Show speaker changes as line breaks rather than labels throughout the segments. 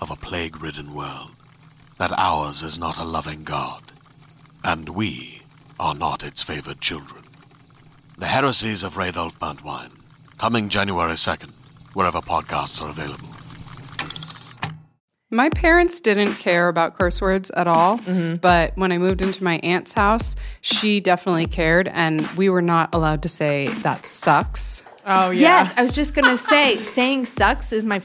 of a plague ridden world that ours is not a loving God, and we are not its favored children. The heresies of Radolf Buntwine, coming January 2nd, wherever podcasts are available.
My parents didn't care about curse words at all,
Mm-hmm.
but when I moved into my aunt's house, she definitely cared, and we were not allowed to say that sucks.
Oh yeah.
Yes, I was just gonna say saying sucks is my.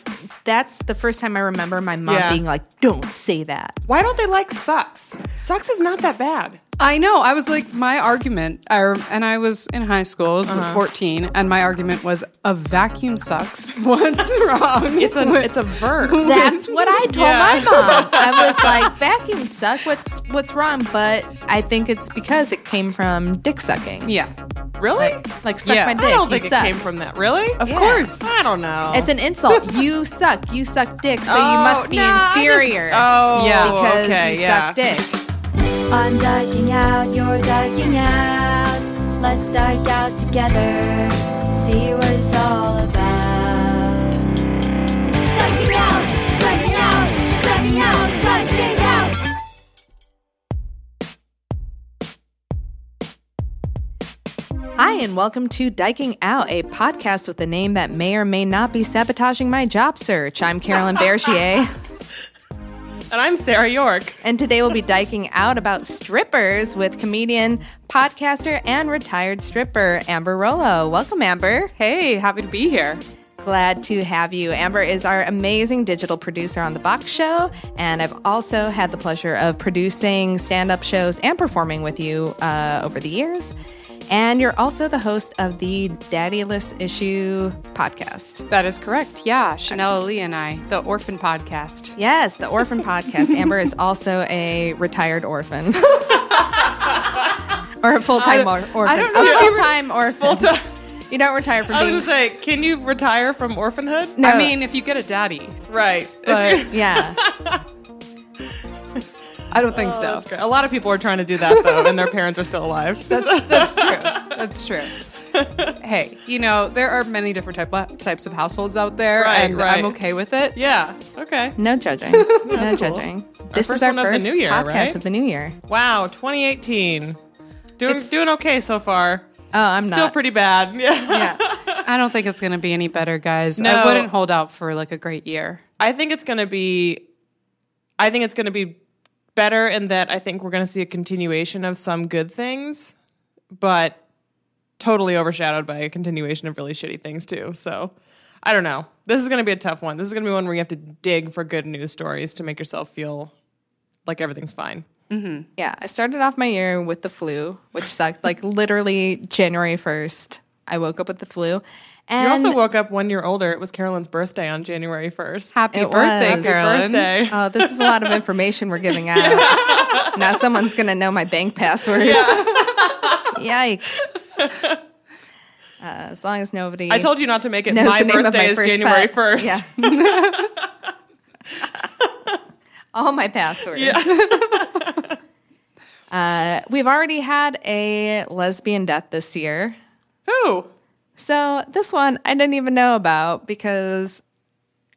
That's the first time I remember my mom
Yeah.
being like, "Don't say that."
Why don't they like sucks? Sucks is not that bad.
I know. I was like, my argument, I, rem- and I was in high school, I was
Uh-huh.
like 14, and my argument was a vacuum sucks. What's wrong?
It's a it's a verb.
That's what I told
Yeah.
my mom. I was like, "Vacuum suck. What's what's wrong?" But I think it's because it came from dick sucking.
yeah.
Really?
Like suck
Yeah.
my
I
dick.
I don't
you
think it
suck.
came from that. Really?
Of course.
I don't know.
It's an insult. you suck. You suck dick. So you
Oh,
must be
no, I just-
inferior.
oh,
Yeah.
because
okay,
you
yeah.
suck dick.
I'm darking out, you're darking out. Let's dark out together. See what it's all about. Darking out, darking out, darking out, darking out.
Hi, and welcome to Diking Out, a podcast with a name that may or may not be sabotaging my job search. I'm Carolyn Bergier.
and I'm Sarah York.
And today we'll be diking out about strippers with comedian, podcaster, and retired stripper Amber Rollo. Welcome, Amber.
Hey, happy to be here.
Glad to have you. Amber is our amazing digital producer on The Box Show, and I've also had the pleasure of producing stand up shows and performing with you uh, over the years. And you're also the host of the Daddyless Issue podcast.
That is correct. Yeah. Chanel Lee and I, the orphan podcast.
Yes, the Orphan Podcast. Amber is also a retired orphan. or a full time or- orphan.
I don't know
A
if you
full time orphan. Full time. You don't retire from
I was
being.
gonna say, can you retire from orphanhood?
no,
I mean, if you get a daddy,
Right.
but
yeah.
I don't think so.
That's great. A lot of people are trying to do that though, and their parents are still alive.
That's that's true. That's true. Hey, you know there are many different type, types of households out there,
Right,
and
right.
I'm okay with it.
Yeah. Okay.
No judging. no judging. This
first
is our
one of the
first
new year,
podcast
right?
of the new year. Oh,
Wow. 2018. Doing doing okay so far.
Oh, I'm
still
not.
pretty bad. Yeah.
I don't think it's going to be any better, guys.
No.
I wouldn't hold out for like a great year.
I think it's gonna be. I think it's gonna be better in that I think we're gonna see a continuation of some good things, but totally overshadowed by a continuation of really shitty things too. So. I don't know. This is going to be a tough one. This is going to be one where you have to dig for good news stories to make yourself feel like everything's fine.
Yeah, I started off my year with the flu, which sucked. Like literally January first, I woke up with the flu. And
You also woke up one year older. It was Carolyn's birthday on January 1st.
Happy
It
birthday,
was.
Carolyn.
birthday.
Oh, this is a lot of information we're giving out. now someone's going to know my bank passwords. Yikes. Uh, as long as nobody.
I told you not to make it
knows
my
the name of
birthday
my
is
first
January
pet.
1st.
Yeah. All my passwords. uh, we've already had a lesbian death this year.
Who?
So this one I didn't even know about because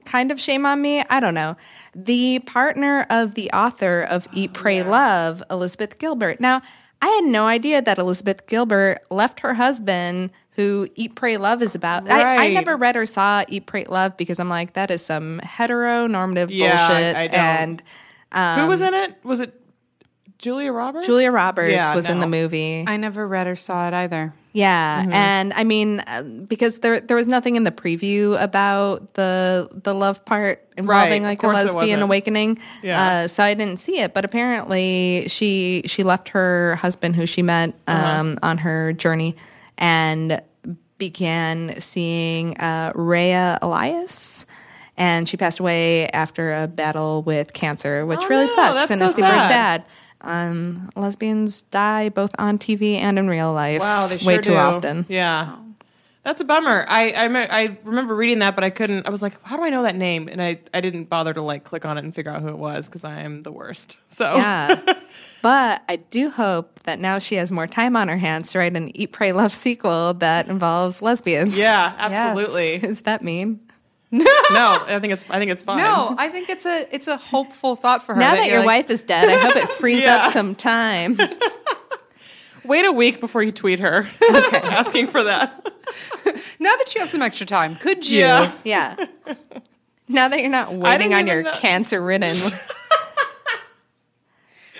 kind of shame on me. I don't know. The partner of the author of
Oh,
Eat, Pray, Love, Elizabeth Gilbert. Now, I had no idea that Elizabeth Gilbert left her husband who Eat, Pray, Love is about. I, I
Right.
never read or saw Eat, Pray, Love because I'm like, that is some heteronormative
Yeah, I-
bullshit.
I don't.
And
Who was in it? Was it Julia Roberts?
Um, Julia Roberts
Yeah,
was in
no.
the movie.
I never read or saw it either.
Yeah,
Mm-hmm.
and I mean uh, because there there was nothing in the preview about the the love part involving
Right,
like a
of course there
lesbian
wasn't.
awakening.
Yeah.
Uh, so I didn't see it, but apparently she she left her husband who she met
Uh-huh.
um, on her journey and began seeing uh, Rhea Elias. And she passed away after a battle with cancer, which really
Oh, no,
sucks
that's
and
so
is super
sad.
sad. Um, lesbians die both on TV and in real life.
Wow, they sure
way too
do.
often.
Yeah. That's a bummer. I, I me- I remember reading that, but I couldn't. I was like, "How do I know that name?" And I, I didn't bother to like click on it and figure out who it was because I am the worst. So
Yeah. but I do hope that now she has more time on her hands to write an Eat, Pray, Love sequel that involves lesbians.
Yeah, absolutely.
Is that mean?
No, I think it's I think it's fine.
No, I think it's a it's a hopeful thought for her.
Now that,
you're
your
like,
wife is dead, I hope it frees
Yeah.
up some time.
Wait a week before you tweet her asking for that.
now that you have some extra time, could you?
Yeah.
Yeah. Now that you're not waiting on
even
your
know-
cancer ridden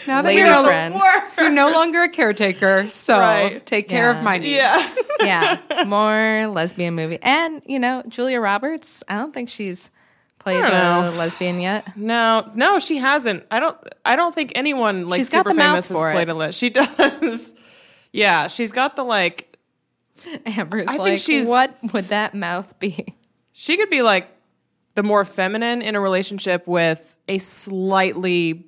Now that
lady
you're no,
friend.
you're no longer a caretaker, so
Right.
take care
Yeah.
of my needs.
Yeah.
Yeah. More lesbian movie. And, you know, Julia Roberts, I don't think she's played
I don't
a lesbian yet.
No, no, she hasn't. I don't I don't think anyone like
She's got
super
the mouth
famous has
for
played
it.
a list. She does. Yeah, she's got the like
Amber's
think
like,
she's-
what would that mouth be?
she could be like the more feminine in a relationship with a slightly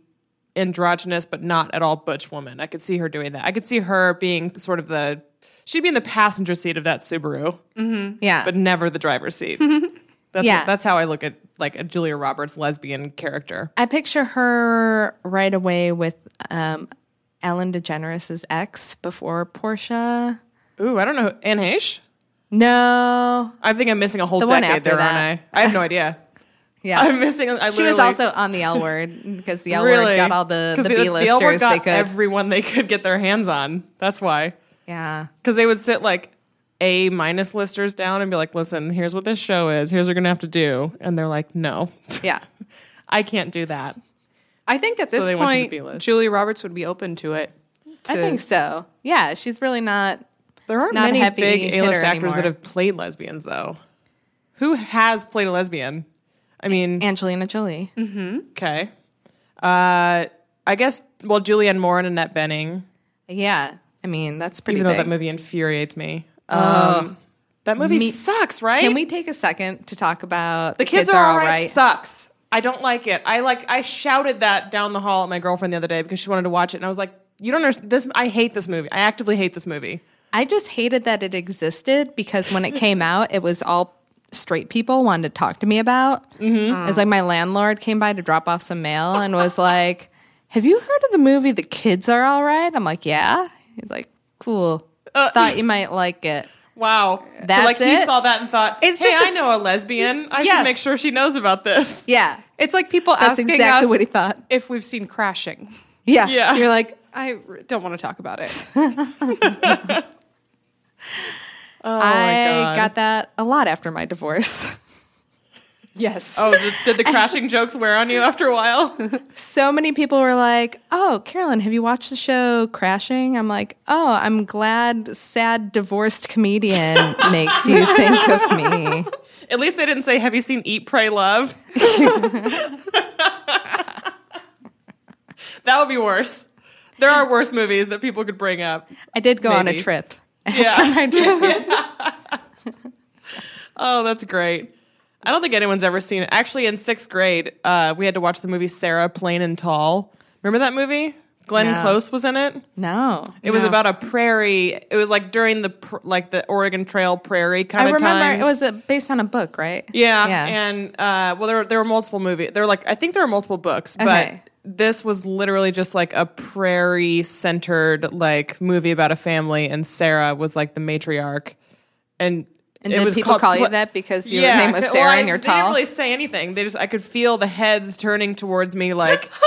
androgynous but not at all butch woman. I could see her doing that. I could see her being sort of the she'd be in the passenger seat of that Subaru,
Yeah.
but never the driver's seat. That's
Yeah.
that's how I look at like a Julia Roberts lesbian character.
I picture her right away with um, Ellen DeGeneres' ex before Portia.
Ooh, I don't know. Anne Heche?
No,
I think I'm missing a whole
The one
decade
after
there,
that.
aren't I? I have no idea.
yeah,
I'm missing. I
she was
literally-
also on the L word because the L word
really
got all the
'Cause
the B
L Word
listers
got
they could.
everyone they could get their hands on. That's why
yeah,
because they would sit like A minus listers down and be like, "Listen, here's what this show is. Here's what you're gonna have to do," and they're like, "No,
yeah,
I can't do that."
I think at this
they went to the
point,
B-list.
Julia Roberts would be open to it.
I think so. Yeah, she's really not.
There aren't
Not a
many
heavy
big
hitter
A-list actors
anymore.
that have played lesbians, though. Who has played a lesbian? I mean,
Angelina Jolie.
Mm-hmm. okay. Uh, I guess. Well, Julianne Moore and Annette Benning.
Yeah, I mean that's pretty.
even though
big.
that movie infuriates me. Um, that movie
Me-
sucks, right?
Can we take a second to talk about
The kids, are all right, Sucks. I don't like it. I like. I shouted that down the hall at my girlfriend the other day because she wanted to watch it, and I was like, "You don't understand this. I hate this movie. I actively hate this movie."
I just hated that it existed because when it came out, it was all straight people wanted to talk to me about. It was like my landlord came by to drop off some mail and was like, Have you heard of the movie The Kids Are All Right? I'm like, Yeah. He's like, Cool. Thought you might like it.
Wow. So,
That's
like he
it?
saw that and thought,
It's
"Hey,
just a
I know a lesbian. I
Yes.
should make sure she knows about this."
Yeah.
It's like people
That's
asking
exactly
us
what he thought.
if we've seen Crashing.
Yeah.
Yeah.
You're like, I r- don't want to talk about it.
Oh
I got that a lot after my divorce.
yes.
Oh, did, did the crashing jokes wear on you after a while?
so many people were like, "Oh, Carolyn, have you watched the show Crashing?" I'm like, "Oh, I'm glad sad divorced comedian makes you think of me."
At least they didn't say, "Have you seen Eat, Pray, Love?" that would be worse. There are worse movies that people could bring up.
I did go on a
Maybe.
trip.
Yeah, Oh, that's great. I don't think anyone's ever seen it. Actually, in sixth grade, uh, we had to watch the movie Sarah, Plain and Tall. Remember that movie? Glenn
No.
Close was in it.
No.
It was about a prairie. It was like during the pr- like the Oregon Trail prairie kind
I
of
remember
times.
it was uh based on a book, right?
yeah,
Yeah.
and uh, well, there were, there were multiple movies. There were like I think there were multiple books,
Okay.
but this was literally just like a prairie centered like movie about a family, and Sarah was like the matriarch, and.
and
it
did
was
people
called
call you
Pla-
that because your name was
well,
Sarah
I-
and you're
They didn't
tall?
really say anything. They just I could feel the heads turning towards me like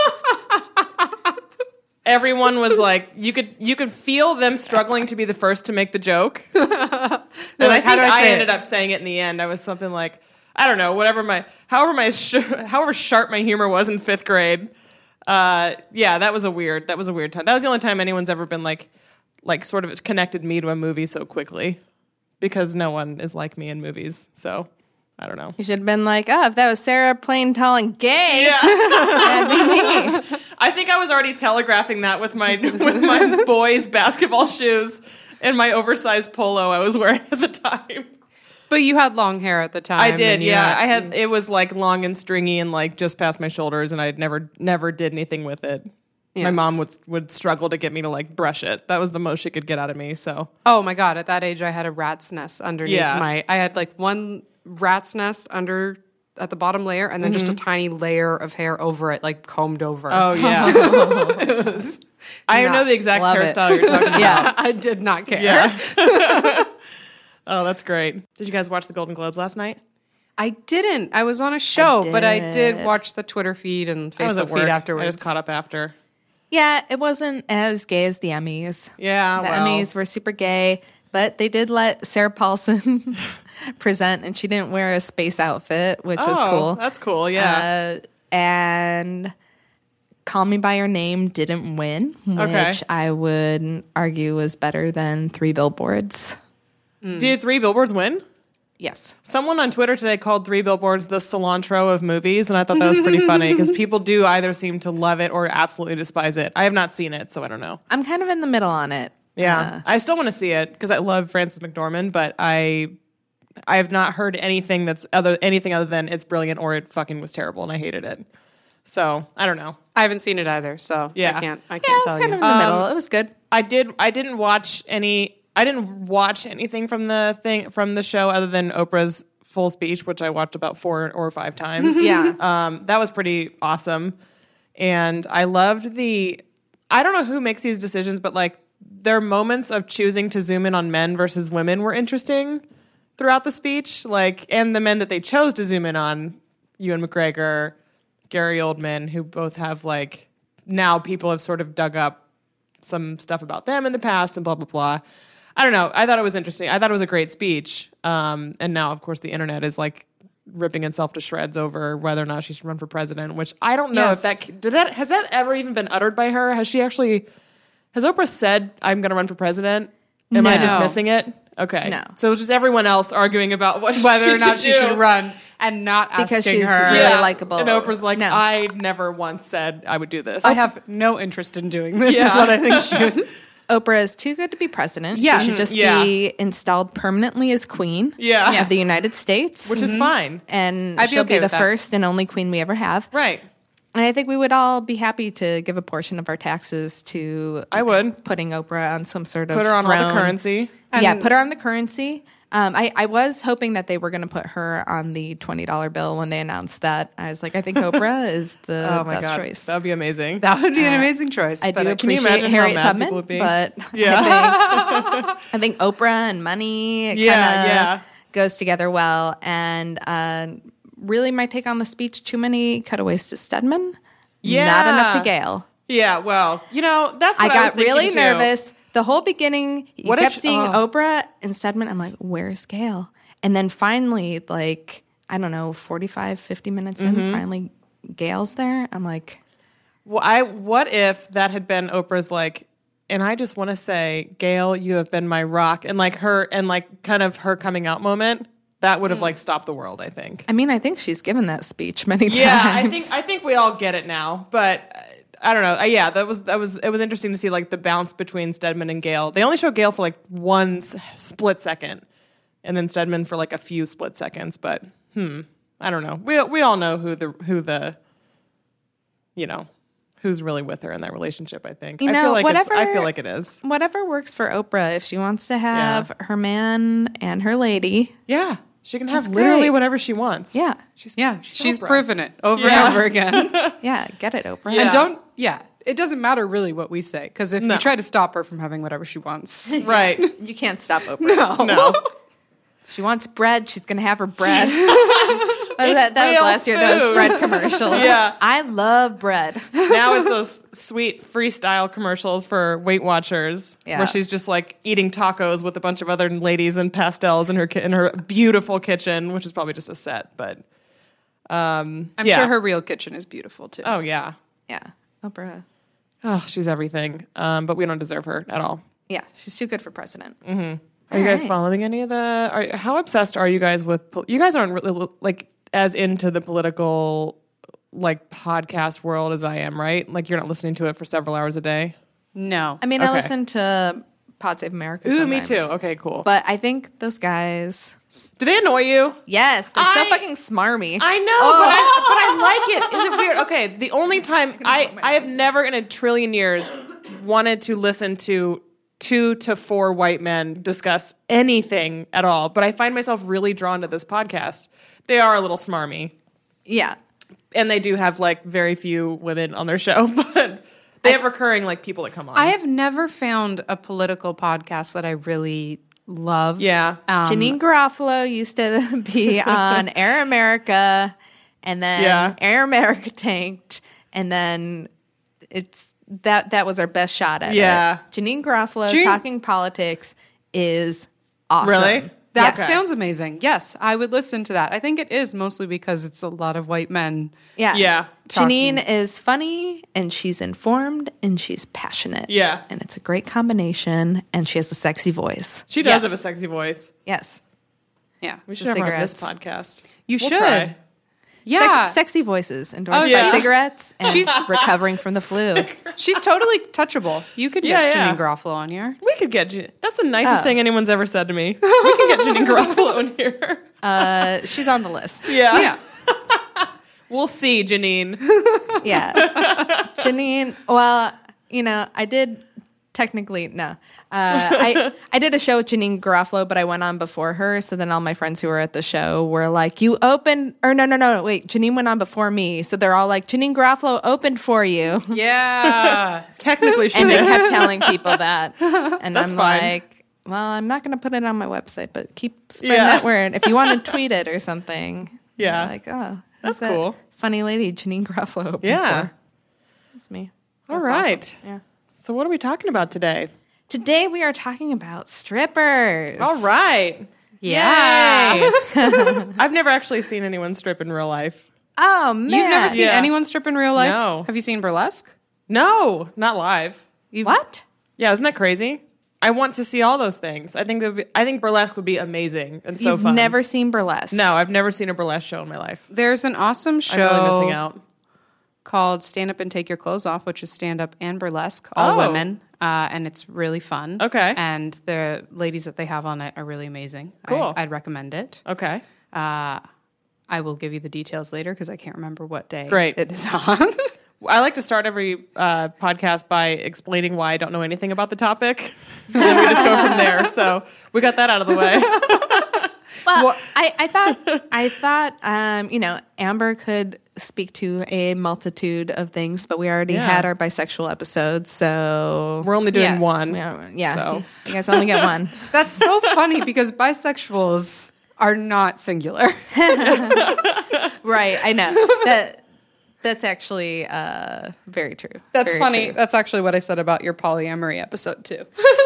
everyone was like you could you could feel them struggling to be the first to make the joke. and I
like,
think
"How do I
I,
say it?"
ended up saying it in the end. I was something like I don't know, whatever my however my sh- however sharp my humor was in 5th grade. Uh yeah, that was a weird that was a weird time. That was the only time anyone's ever been like like sort of connected me to a movie so quickly because no one is like me in movies. So I don't know.
you should have been like, oh, if that was Sarah plain, tall, and gay, that'd be me.
I think I was already telegraphing that with my with my boys' basketball shoes and my oversized polo I was wearing at the time.
But you had long hair at the time.
I did,
and you
yeah.
had-
I had it was like long and stringy and like just past my shoulders, and I never never did anything with it. My
Yes.
mom would would struggle to get me to like brush it. That was the most she could get out of me. So
Oh my god! At that age, I had a rat's nest underneath
Yeah.
my. I had like one rat's nest under at the bottom layer, and then just a tiny layer of hair over it, like combed over.
oh yeah, I
not-
know the exact
love it.
hairstyle you're talking about.
yeah.
I did not care.
Yeah. oh, that's great. Did you guys watch the Golden Globes last night?
I didn't. I was on a show, but I did watch the Twitter feed and Facebook
I was at work.
feed afterwards.
I just caught up after.
Yeah, it wasn't as gay as the Emmys.
Yeah,
the
Oh, well.
Emmys were super gay, but they did let Sarah Paulson present, and she didn't wear a space outfit, which was
Oh,
cool.
That's cool. Yeah.
Uh, and Call Me by Your Name didn't win, which
Okay.
I would argue was better than Three Billboards.
Did Three Billboards win?
Yes.
Someone on Twitter today called Three Billboards the cilantro of movies, and I thought that was pretty funny because people do either seem to love it or absolutely despise it. I have not seen it, so I don't know.
I'm kind of in the middle on it.
Yeah,
Uh,
I still want to see it because I love Frances McDormand, but I I have not heard anything that's other anything other than it's brilliant or it fucking was terrible and I hated it. So I don't know.
I haven't seen it either, so
Yeah.
I can't. I
yeah, I
can't
was
tell
kind
you.
of in the
Um,
middle. It was good.
I did. I didn't watch any. I didn't watch anything from the thing from the show other than Oprah's full speech, which I watched about four or five times.
Yeah.
um, that was pretty awesome, and I loved the. I don't know who makes these decisions, but like their moments of choosing to zoom in on men versus women were interesting throughout the speech. Like, and the men that they chose to zoom in on, Ewan McGregor, Gary Oldman, who both have like now people have sort of dug up some stuff about them in the past and blah blah blah. I don't know. I thought it was interesting. I thought it was a great speech. Um, and now, of course, the internet is like ripping itself to shreds over whether or not she should run for president. Which I don't know
Yes.
if that did that has that ever even been uttered by her. Has she actually? Has Oprah said I'm going to run for president? Am I just
No.
missing it? Okay.
No.
So it was just everyone else arguing about what
Whether or not she
do.
should run, and not
Because
asking
she's
her.
really Yeah. likable.
And Oprah's like,
No.
I never once said I would do this.
I have no interest in doing this. Is
Yeah.
what I think she was.
Oprah is too good to be president.
Yes.
She should just
Yeah.
be installed permanently as queen
Yeah. Yeah.
of the United States.
which
Mhm.
is fine.
and
I'd be
she'll
okay
be the
with that.
first and only queen we ever have.
Right.
And I think we would all be happy to give a portion of our taxes to
I would.
putting Oprah on some sort of
Put her on all the
throne.
currency.
yeah, put her on the currency. Um, I, I was hoping that they were going to put her on the twenty dollar bill when they announced that. I was like, I think Oprah is the best choice.
Oh That would be amazing.
That would be an amazing choice.
I
but
do
can
appreciate
imagine how
Harriet
mad
Tubman,
people would be?
but I, think, I think Oprah and money kind of
Yeah, yeah.
goes together well. And uh, really, my take on the speech: too many cutaways to Stedman, not enough
Yeah.
to Gale.
yeah, well, you know, that's
I
what I,
got
was thinking,
really
too.
nervous the whole beginning. You
What if
kept
she-
seeing
oh.
Oprah and Stedman. I'm like, where's Gale? And then finally, like I don't know, 45, 50 minutes
Mm-hmm.
in, finally Gale's there. I'm like,
Well, I, what if that had been Oprah's like, and I just want to say, Gail, you have been my rock, and like her, and like kind of her coming out moment. That would have
Hmm.
like stopped the world, I think.
I mean, I think she's given that speech many
Yeah,
times.
I think I think we all get it now, but uh, I don't know. Uh, yeah, that was that was it was interesting to see like the bounce between Stedman and Gale. They only show Gale for like one s- split second, and then Stedman for like a few split seconds. But hmm, I don't know. We we all know who the who the you know who's really with her in that relationship. I think.
You
I
know,
feel like it's- I
whatever-
feel like it is.
Whatever works for Oprah, if she wants to have her man and her lady.
Yeah, she can have literally
great.
whatever she wants.
Yeah.
She's, yeah, she's
Oprah.
proven it over
Yeah.
and over again.
Yeah. Get it, Oprah.
Yeah.
And don't, yeah, it doesn't matter really what we say because if
No.
you try to stop her from having whatever she wants,
Right.
You can't stop Oprah. No.
No.
She wants bread. She's going to have her bread. Oh, that that was
real
last year, those
food.
bread commercials.
Yeah.
I love bread.
now it's those sweet freestyle commercials for Weight Watchers,
Yeah.
where she's just like eating tacos with a bunch of other ladies and pastels in her ki- in her beautiful kitchen, which is probably just a set. But um,
I'm
yeah.
sure her real kitchen is beautiful too.
Oh yeah,
Yeah. Oprah.
oh she's everything. Um, but we don't deserve her at all.
Yeah. She's too good for president.
Are you guys
Alright.
following any of the? Are, how obsessed are you guys with? pol- You guys aren't really like as into the political like podcast world as I am, right? Like you're not listening to it for several hours a day.
No.
I mean, I
Okay.
listen to Pod Save America.
Ooh, me
sometimes.
too. Okay, cool.
But I think those guys,
Do they annoy you?
yes, they're so
I-
fucking smarmy.
I know,
Oh.
but, I, but I like it. Is it weird? Okay, the only time I I have never in a trillion years wanted to listen to two to four white men discuss anything at all, but I find myself really drawn to this podcast. They are a little smarmy,
yeah.
and they do have like very few women on their show, but they have recurring like people that come on.
I have never found a political podcast that I really love. Um,
yeah,
Janine Garofalo used to be on Air America, and then
Yeah.
Air America tanked, and then it's that that was our best shot at
Yeah.
it. Janine Garofalo
Jan-
talking politics is awesome.
really.
That
Okay.
sounds amazing. Yes, I would listen to that. I think it is mostly because it's a lot of white men.
Yeah.
Yeah.
Janine is funny and she's informed and she's passionate.
Yeah.
And it's a great combination and she has a sexy voice.
She does
Yes.
have a sexy voice.
Yes.
Yeah.
We should
The
have her on this podcast.
You
We'll
should.
try.
Sex-
Yeah.
sexy voices endorsed
Oh,
by
yeah.
cigarettes and she's recovering from the flu.
She's totally touchable. You could
Yeah,
get
yeah.
Janine Garofalo on here.
We could get Jan- that's the
Oh.
nicest thing anyone's ever said to me. We can get Janine Garofalo in here.
Uh, she's on the list.
Yeah.
Yeah.
we'll see, Janine.
Yeah. Janine, well, you know, I did technically, no. Uh, I, I did a show with Janine Garofalo, but I went on before her. So then all my friends who were at the show were like, you opened, or no, no, no, wait, Janine went on before me. So they're all like, Janine Garofalo opened for you.
Yeah.
Technically, she
And I
did.
kept telling people that. And I'm
fine.
like, well, I'm not going to put it on my website, but keep spreading
Yeah.
that word. If you want to tweet it or something.
Yeah.
You're Like, oh, who's
That's
that
cool.
Funny lady, Janine Garofalo. opened
Yeah.
for? That's me.
All
That's awesome.
right.
Yeah.
So, what are we talking about today?
Today we are talking about strippers.
All right.
Yeah.
Yay. I've never actually seen anyone strip in real life.
Oh man,
You've never seen
Yeah.
anyone strip in real life?
No.
Have you seen burlesque?
No, not live.
what?
Yeah, isn't that crazy? I want to see all those things. I think that would be, I think burlesque would be amazing and so
You've
fun.
never seen burlesque?
No, I've never seen a burlesque show in my life.
There's an awesome show
I'm really missing out.
called Stand Up and Take Your Clothes Off, which is stand up and burlesque, all
Oh.
women. Uh, and it's really fun.
Okay.
And the ladies that they have on it are really amazing.
Cool.
I, I'd recommend it. Uh,
Okay.
I will give you the details later because I can't remember what day
Great.
it is on.
I like to start every uh, podcast by explaining why I don't know anything about the topic. and then we just go from there. So we got that out of the way.
Well, I, I thought I thought um, you know Amber could speak to a multitude of things, but we already
Yeah.
had our bisexual episode, so
We're only doing
Yes.
one.
yeah, yeah.
So.
You guys only get one.
That's so funny because bisexuals are not singular.
right? I know that. That's actually uh, very true.
That's
Very
funny.
true.
That's actually what I said about your polyamory episode too.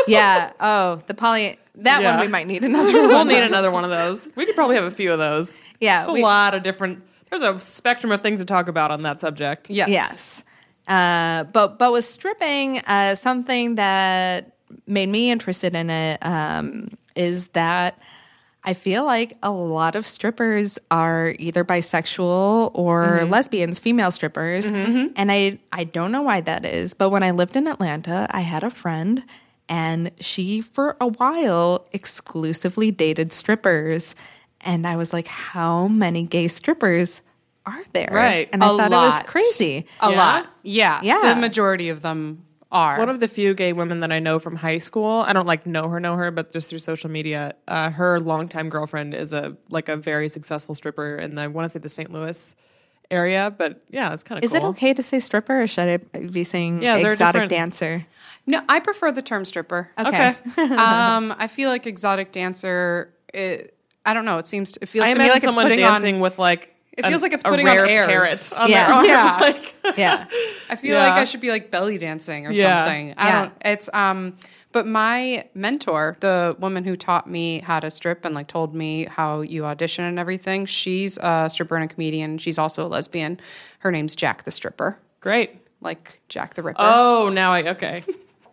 Yeah. Oh, the poly. That
Yeah.
one we might need another one.
We'll need another one of those. We could probably have a few of those.
Yeah,
It's a
we-
lot of different, there's a spectrum of things to talk about on that subject.
Yes.
Yes. Uh, but but with stripping, uh, something that made me interested in it um, is that I feel like a lot of strippers are either bisexual or
Mm-hmm.
lesbians, female strippers, and I I don't know why that is. But when I lived in Atlanta, I had a friend. And she, for a while, exclusively dated strippers. And I was like, how many gay strippers are there?
Right.
And I
A
thought it was
lot.
crazy.
A lot. Yeah.
Yeah.
The majority of them are.
One of the few gay women that I know from high school. I don't like know her, know her, but just through social media, uh, her longtime girlfriend is a like a very successful stripper, and I want to say the St. Louis area. But yeah, it's kind of
Is it okay to say stripper or should I be saying
Yeah, is there a
exotic
different-
dancer?
no, I prefer the term stripper.
Okay.
um, I feel like exotic dancer. It, I don't know. It seems. It feels
I
to me
imagine
like it's
someone
putting
dancing
on.
with like
It feels like it's
a
putting on
rare
airs.
parrot on
Yeah.
their arm.
Yeah.
Like,
yeah.
I feel
Yeah.
like I should be like belly dancing or
Yeah.
something. I
Yeah.
don't. It's um. But my mentor, the woman who taught me how to strip and like told me how you audition and everything, she's a stripper and a comedian. She's also a lesbian. Her name's Jack the Stripper,
great.
like Jack the Ripper.
Oh, now I okay.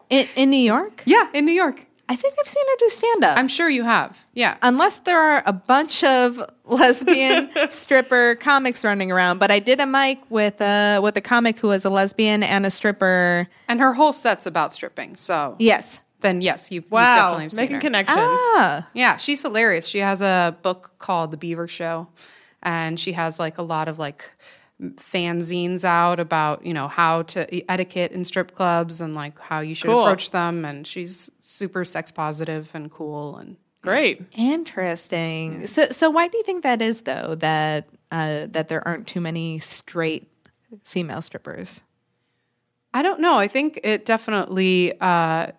In, in New York?
yeah, in New York.
I think I've seen her do stand up.
I'm sure you have. Yeah.
unless there are a bunch of lesbian stripper comics running around. But I did a mic with a with a comic who was a lesbian and a stripper.
and her whole set's about stripping. So
Yes.
then yes, you, you
Wow,
definitely have seen
making
her.
connections.
Ah.
Yeah, she's hilarious. She has a book called The Beaver Show, and she has like a lot of like fanzines out about you know how to e-, etiquette in strip clubs and like how you should
Cool.
approach them. And she's super sex positive and cool. And
Great.
Interesting. So so why do you think that is though that uh, that there aren't too many straight female strippers?
I don't know. I think it definitely uh,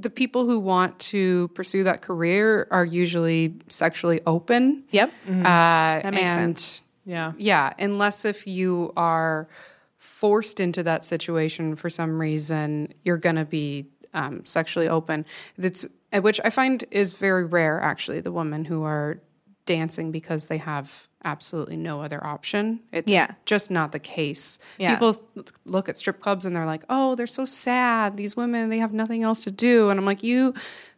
the people who want to pursue that career are usually sexually open.
Yep.
Uh, that
Mm-hmm. makes
and
sense.
Yeah.
Yeah, unless if you are forced into that situation for some reason, you're going to be um, sexually open. That's uh, which I find is very rare. Actually, the women who are dancing because they have absolutely no other option. It's
Yeah.
just not the case.
Yeah.
People th- look at strip clubs and they're like, "Oh, they're so sad. These women, they have nothing else to do." And I'm like, "You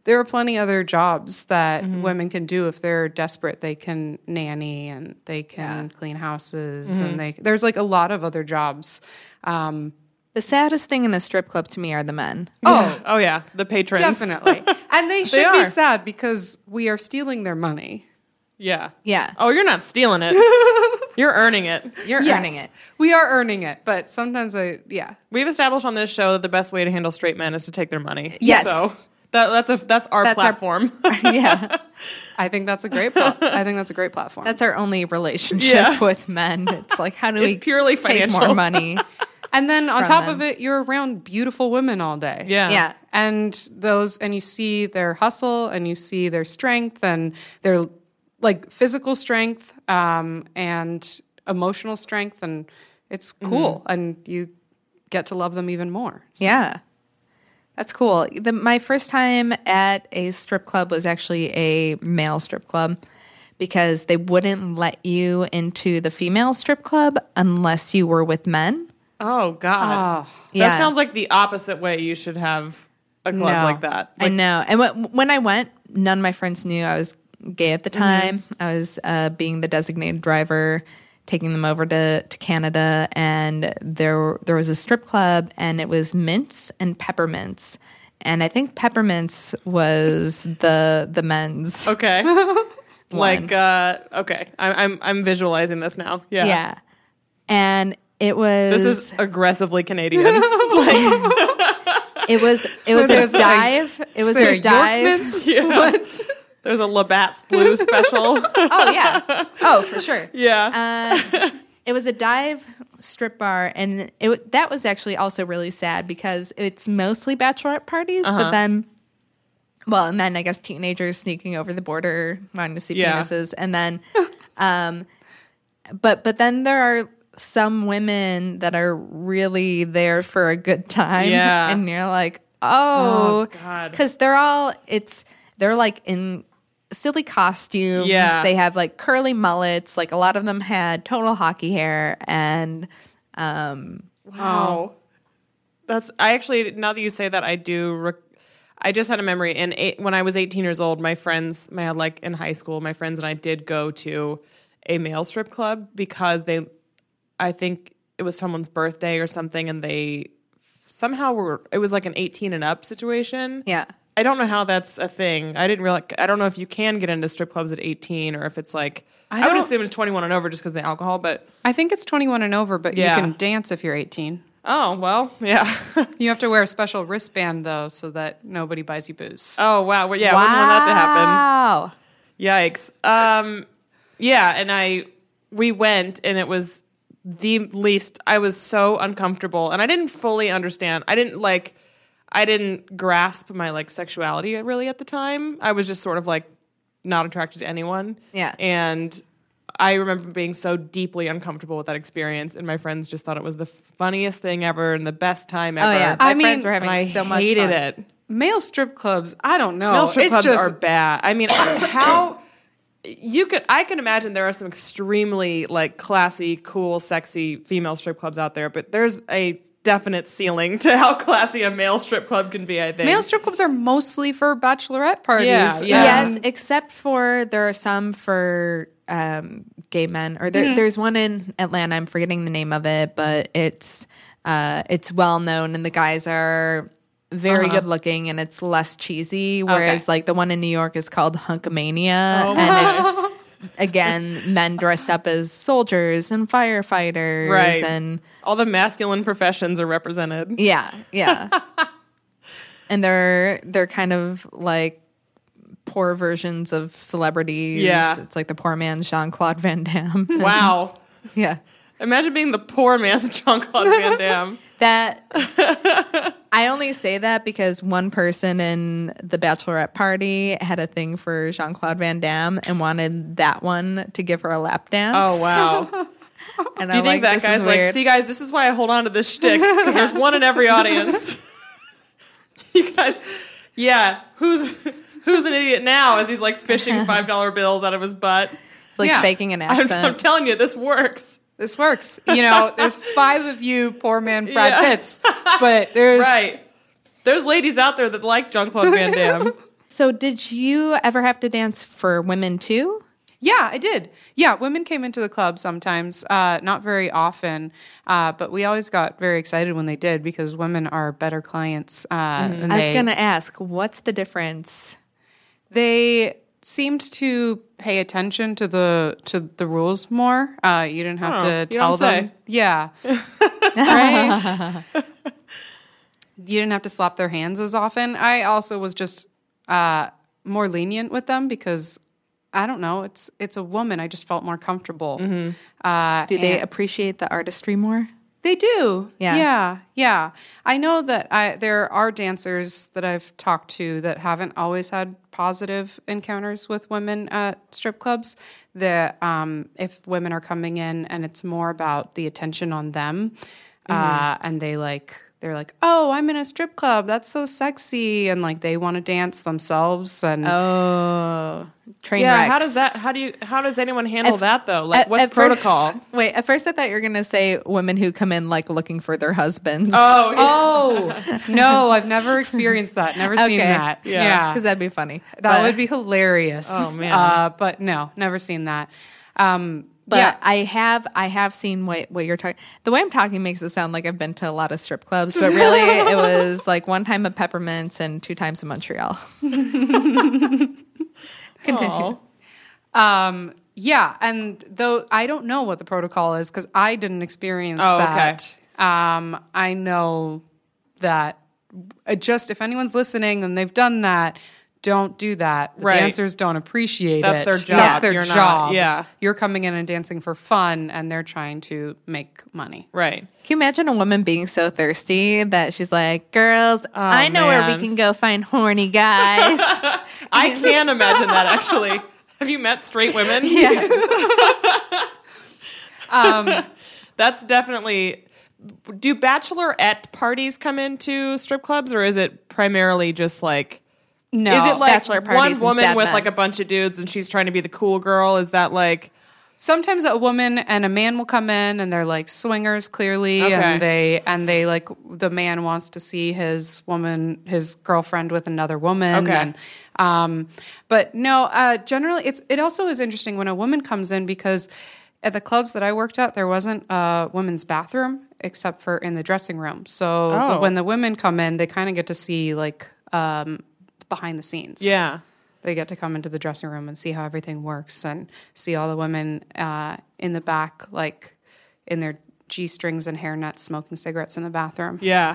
there are plenty other jobs that
Mm-hmm.
women can do if they're desperate. They can nanny and they can clean houses
Mm-hmm.
and they there's like a lot of other jobs. Um,
The saddest thing in a strip club to me are the men.
Oh, oh yeah. The patrons.
definitely. and they should
are.
be sad because we are stealing their money.
Yeah.
Yeah.
Oh, you're not stealing it. you're earning it.
You're
Yes,
earning it.
We are earning it, but sometimes I yeah.
We've established on this show that the best way to handle straight men is to take their money.
Yes.
So that, that's a that's our
That's our-
platform.
yeah.
I think that's a great pla- I think that's a great platform.
That's our only relationship
Yeah.
with men. It's like how do we
purely
take more
financial.
money?
and then on
from
top
them.
of it, you're around beautiful women all day.
yeah.
yeah.
and those and you see their hustle and you see their strength and their like physical strength um, and emotional strength and it's cool and you get to love them even more
Mm-hmm. Yeah. That's cool. The, my first time at a strip club was actually a male strip club because they wouldn't let you into the female strip club unless you were with men.
Oh God. that
Yeah.
sounds like the opposite way you should have a club
No.
like that.
I know. And wh- when I went, none of my friends knew I was gay at the
Mm-hmm.
time. I was uh, being the designated driver, taking them over to, to Canada, and there there was a strip club, and it was mints and peppermints, and I think peppermints was the the men's.
Okay. like uh okay. I am I'm I'm visualizing this now. Yeah.
Yeah, and it was
This is aggressively Canadian. like
it was it was a
There's like-
dive. it was a dive.
there's a Labatt's Blue special.
Oh yeah. Oh for sure.
yeah.
Uh, it was a dive strip bar, and it wa- that was actually also really sad because it's mostly bachelorette parties,
Uh-huh.
but then, well, and then I guess teenagers sneaking over the border wanting to see
Yeah.
penises, and then, um, but but then there are some women that are really there for a good time,
Yeah.
and you're like, oh,
Oh, God.
because they're all it's they're like in silly costumes.
Yeah.
They have like curly mullets. Like a lot of them had total hockey hair. And
Wow. Oh. That's I actually now that you say that I do rec- I just had a memory and eight, when I was 18 years old my friends my like in high school my friends and I did go to a male strip club because they I think it was someone's birthday or something and they somehow were it was like an 18 and up situation.
Yeah.
I don't know how that's a thing. I didn't realize. I don't know if you can get into strip clubs at 18 or if it's like I, would
don't-
assume it's 21 and over just because of the alcohol. But
I think it's 21 and over, but
Yeah.
you can dance if you're 18.
oh well, yeah.
You have to wear a special wristband though, so that nobody buys you booze.
oh wow, well, yeah. I Wouldn't want that to happen.
Wow.
Yikes. Um, yeah, and I we went and it was the least I was so uncomfortable and I didn't fully understand. I didn't like I didn't grasp my like sexuality really at the time. I was just sort of like not attracted to anyone.
Yeah.
And I remember being so deeply uncomfortable with that experience and my friends just thought it was the funniest thing ever and the best time ever.
Oh yeah.
I
My
mean,
friends were having
And I
so much
hated
fun.
it.
Male strip clubs, I don't know.
Male strip
Oh, it's
clubs
just
are bad. I mean, how you could I can imagine there are some extremely like classy, cool, sexy female strip clubs out there, but there's a definite ceiling to how classy a male strip club can be. I think
male strip clubs are mostly for bachelorette parties. Um,
Yeah,
and-
yeah.
Yes, except for there are some for um, gay men, or
Mm-hmm.
there, there's one in Atlanta. I'm forgetting the name of it, but it's uh, it's well known, and the guys are very
Uh-huh.
good looking, and it's less cheesy. Whereas like the one in New York is called Hunkomania,
Oh.
and it's again men dressed up as soldiers and firefighters,
Right.
and
all the masculine professions are represented.
yeah, yeah. and they're they're kind of like poor versions of celebrities.
Yeah.
It's like the poor man Jean Claude Van Damme.
Wow.
yeah.
Imagine being the poor man's Jean Claude Van Damme.
That I only say that because one person in the bachelorette party had a thing for Jean Claude Van Damme and wanted that one to give her a lap dance.
Oh wow!
and
Do you think that guy's like, see, guys, this is why I hold on to this shtick because there's one in every audience. you guys, yeah, who's who's an idiot now? As he's like fishing five dollar bills out of his butt.
it's like
Yeah.
faking an
I'm,
accent?
I'm telling you, this works.
This works. You know, there's five of you, poor man Brad
Yeah.
Pitts, but there's
Right? There's ladies out there that like Jean Claude Van Damme.
so did you ever have to dance for women too?
Yeah, I did. Yeah, women came into the club sometimes, uh, not very often, uh, but we always got very excited when they did because women are better clients. Uh,
Mm-hmm.
and
I was
they,
going to ask, what's the difference?
they seemed to pay attention to the to the rules more. Uh, you didn't have
Huh, Oh,
to
you don't
tell them.
say.
Yeah. right? You didn't have to slap their hands as often. I also was just uh, more lenient with them because I don't know. It's it's a woman. I just felt more comfortable.
Mm-hmm.
Uh,
Do they appreciate the artistry more?
They do.
Yeah.
Yeah. Yeah. I know that I there are dancers that I've talked to that haven't always had positive encounters with women at strip clubs. That um, if women are coming in and it's more about the attention on them, uh, and they like they're like, oh, I'm in a strip club. That's so sexy, and like they want to dance themselves. And
Oh, train
Yeah.
wrecks.
How does that? How do you? How does anyone handle that though? Like,
At-
what's
at first-
protocol?
wait, at first I thought you were going to say women who come in like looking for their husbands.
oh, yeah.
oh no, I've never experienced that. Never
Okay.
seen that.
Yeah.
because that'd be funny.
That
But-
would be hilarious.
Oh, man.
Uh, but no, never seen that. Um,
But
yeah,
I have, I have seen what what you're talking. The way I'm talking makes it sound like I've been to a lot of strip clubs, but really it was like one time at Peppermints and two times in Montreal.
Aw.
um, yeah, and though I don't know what the protocol is because I didn't experience
Oh, okay.
that. Um, I know that uh, just if anyone's listening and they've done that, don't do that. The
Right.
dancers don't appreciate
That's
it.
their
That's
job.
their
You're not-
job.
yeah.
you're coming in and dancing for fun, and they're trying to make money.
Right.
Can you imagine a woman being so thirsty that she's like, "Girls, I know where
Oh, man.
we can go find horny guys."
I can imagine that actually. Have you met straight women?
yeah.
Um, That's definitely. Do bachelorette parties come into strip clubs, or is it primarily just like?
No,
is it like
bachelor parties
one
and
woman
sad
with
men.
like a bunch of dudes, and she's trying to be the cool girl? Is that like?
sometimes a woman and a man will come in and they're like swingers clearly
Okay.
and they and they like the man wants to see his woman his girlfriend with another woman
Okay.
and, um but no uh generally it's it also is interesting when a woman comes in because at the clubs that I worked at, there wasn't a women's bathroom except for in the dressing room. So the-
Oh.
when the women come in, they kind of get to see like um, behind the scenes.
Yeah.
They get to come into the dressing room and see how everything works and see all the women uh, in the back, like in their G strings and hairnets, smoking cigarettes in the bathroom.
Yeah.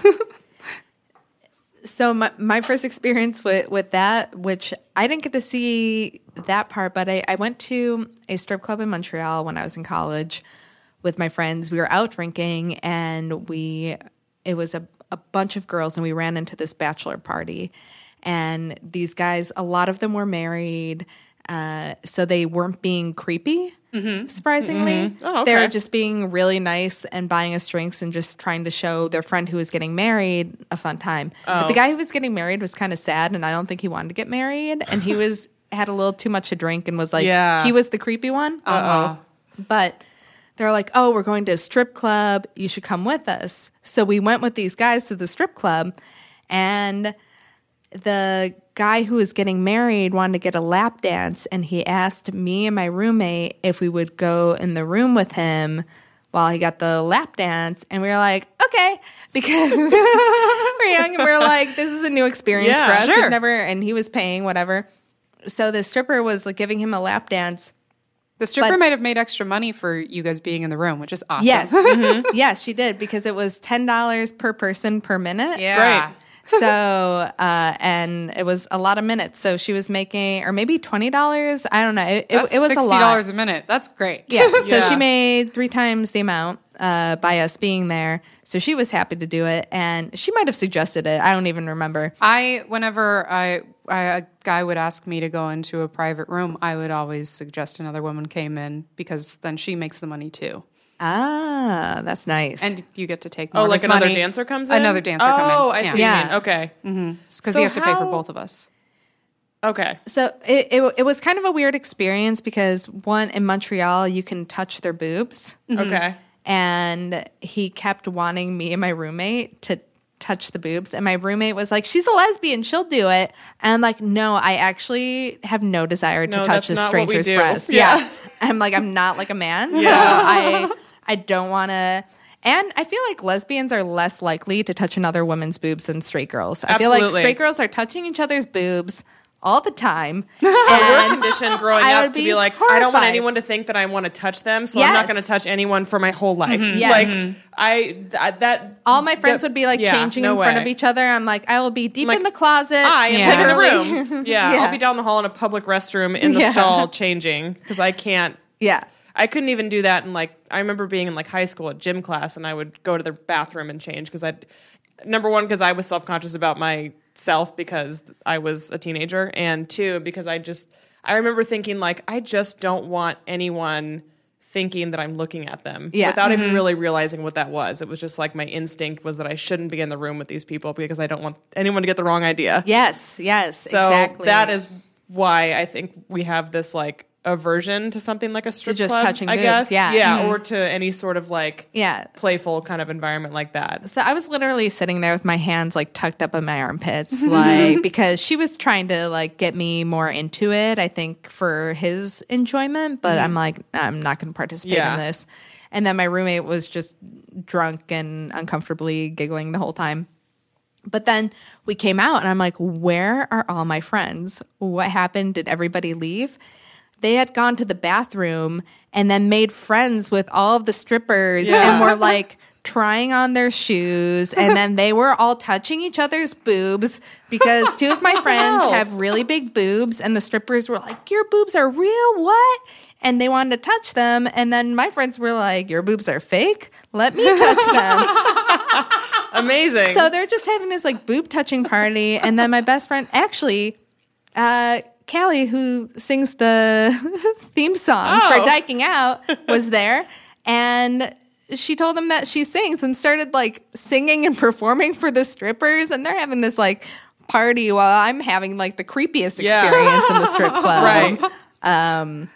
So my, my first experience with, with that, which I didn't get to see that part, but I, I went to a strip club in Montreal when I was in college with my friends. We were out drinking and we it was a, a bunch of girls and we ran into this bachelor party. And these guys, a lot of them were married, uh, so they weren't being creepy, surprisingly.
Mm-hmm. Oh,
They were
okay.
just being really nice and buying us drinks and just trying to show their friend who was getting married a fun time. But
Oh.
the guy who was getting married was kind of sad, and I don't think he wanted to get married. And he was had a little too much to drink and was like,
Yeah.
he was the creepy one. But they're like, oh, we're going to a strip club. You should come with us. So we went with these guys to the strip club, and the guy who was getting married wanted to get a lap dance and he asked me and my roommate if we would go in the room with him while he got the lap dance and we were like okay because we're young and we're like this is a new experience
Yeah,
for us
sure.
We've never and he was paying whatever so the stripper was like giving him a lap dance
The stripper
But-
might have made extra money for you guys being in the room, which is awesome.
yes Mm-hmm. yes she did because it was $10 per person per minute
Yeah.
Great.
so uh, and it was a lot of minutes. So she was making, or maybe twenty dollars. I don't know. It, it,
That's
it was
sixty
a lot.
dollars a minute. That's great.
Yeah. So
Yeah.
she made three times the amount uh, by us being there. So she was happy to do it, and she might have suggested it. I don't even remember.
I whenever I, I a guy would ask me to go into a private room, I would always suggest another woman came in because then she makes the money too,
Ah, that's nice.
and you get to take more
oh,
of
like
his
another
money.
dancer comes in?
Another dancer
oh,
come in.
Oh, I see
Yeah.
what you
Yeah.
mean. Okay.
because
So
he has to pay for
how-
both of us.
Okay.
so it, it it was kind of a weird experience because one in Montreal you can touch their boobs.
Okay.
and he kept wanting me and my roommate to touch the boobs and my roommate was like she's a lesbian she'll do it and I'm like no I actually have no desire to
No,
touch
that's
a
not what we
stranger's
do.
breast
Yeah.
I'm like I'm not like a man so I I don't want to and I feel like lesbians are less likely to touch another woman's boobs than straight girls. I feel like
Absolutely.
straight girls are touching each other's boobs all the time.
We're
And
conditioned growing
I would
up to
be
be like, I don't want
horrified.
anyone to think that I want to touch them, so I'm
Yes.
not going to touch anyone for my whole life.
Yes.
Like,
Mhm.
I th- that
all my friends would be like
yeah,
changing
no
in front
way.
of each other. I'm like, I will be deep
Like,
in the closet.
I am
Yeah.
in
Literally.
the room. Yeah,
Yeah.
I'll be down the hall in a public restroom in the
Yeah.
stall changing because I can't.
Yeah.
I couldn't even do that. And like, I remember being in like high school at gym class, and I would go to the bathroom and change because I, number one, because I was self conscious about myself because I was a teenager, and two, because I just, I remember thinking like, I just don't want anyone thinking that I'm looking at them
Yeah.
without even really realizing what that was. It was just like my instinct was that I shouldn't be in the room with these people because I don't want anyone to get the wrong idea.
Yes, yes,
So
exactly.
that is why I think we have this like aversion to something like a strip
just
club,
touching
I
boobs,
guess.
yeah. Mm-hmm.
or to any sort of like
Yeah.
playful kind of environment like that.
So I was literally sitting there with my hands like tucked up in my armpits, like because she was trying to like get me more into it, I think for his enjoyment, but I'm like, I'm not going to participate
Mm-hmm. Yeah.
in this. And then my roommate was just drunk and uncomfortably giggling the whole time. But then we came out, and I'm like, where are all my friends? What happened? Did everybody leave? They had gone to the bathroom and then made friends with all of the strippers and were like trying on their shoes. And then they were all touching each other's boobs because two of my friends have really big boobs. And the strippers were like, Your boobs are real? What? And they wanted to touch them. And then my friends were like, Your boobs are fake? Let me touch them.
Amazing.
So they're just having this like boob touching party, and then my best friend actually, uh, Callie, who sings the theme song for
Oh.
Diking Out, was there, and she told them that she sings and started like singing and performing for the strippers, and they're having this like party while I'm having like the creepiest
Yeah.
experience in the strip club,
right.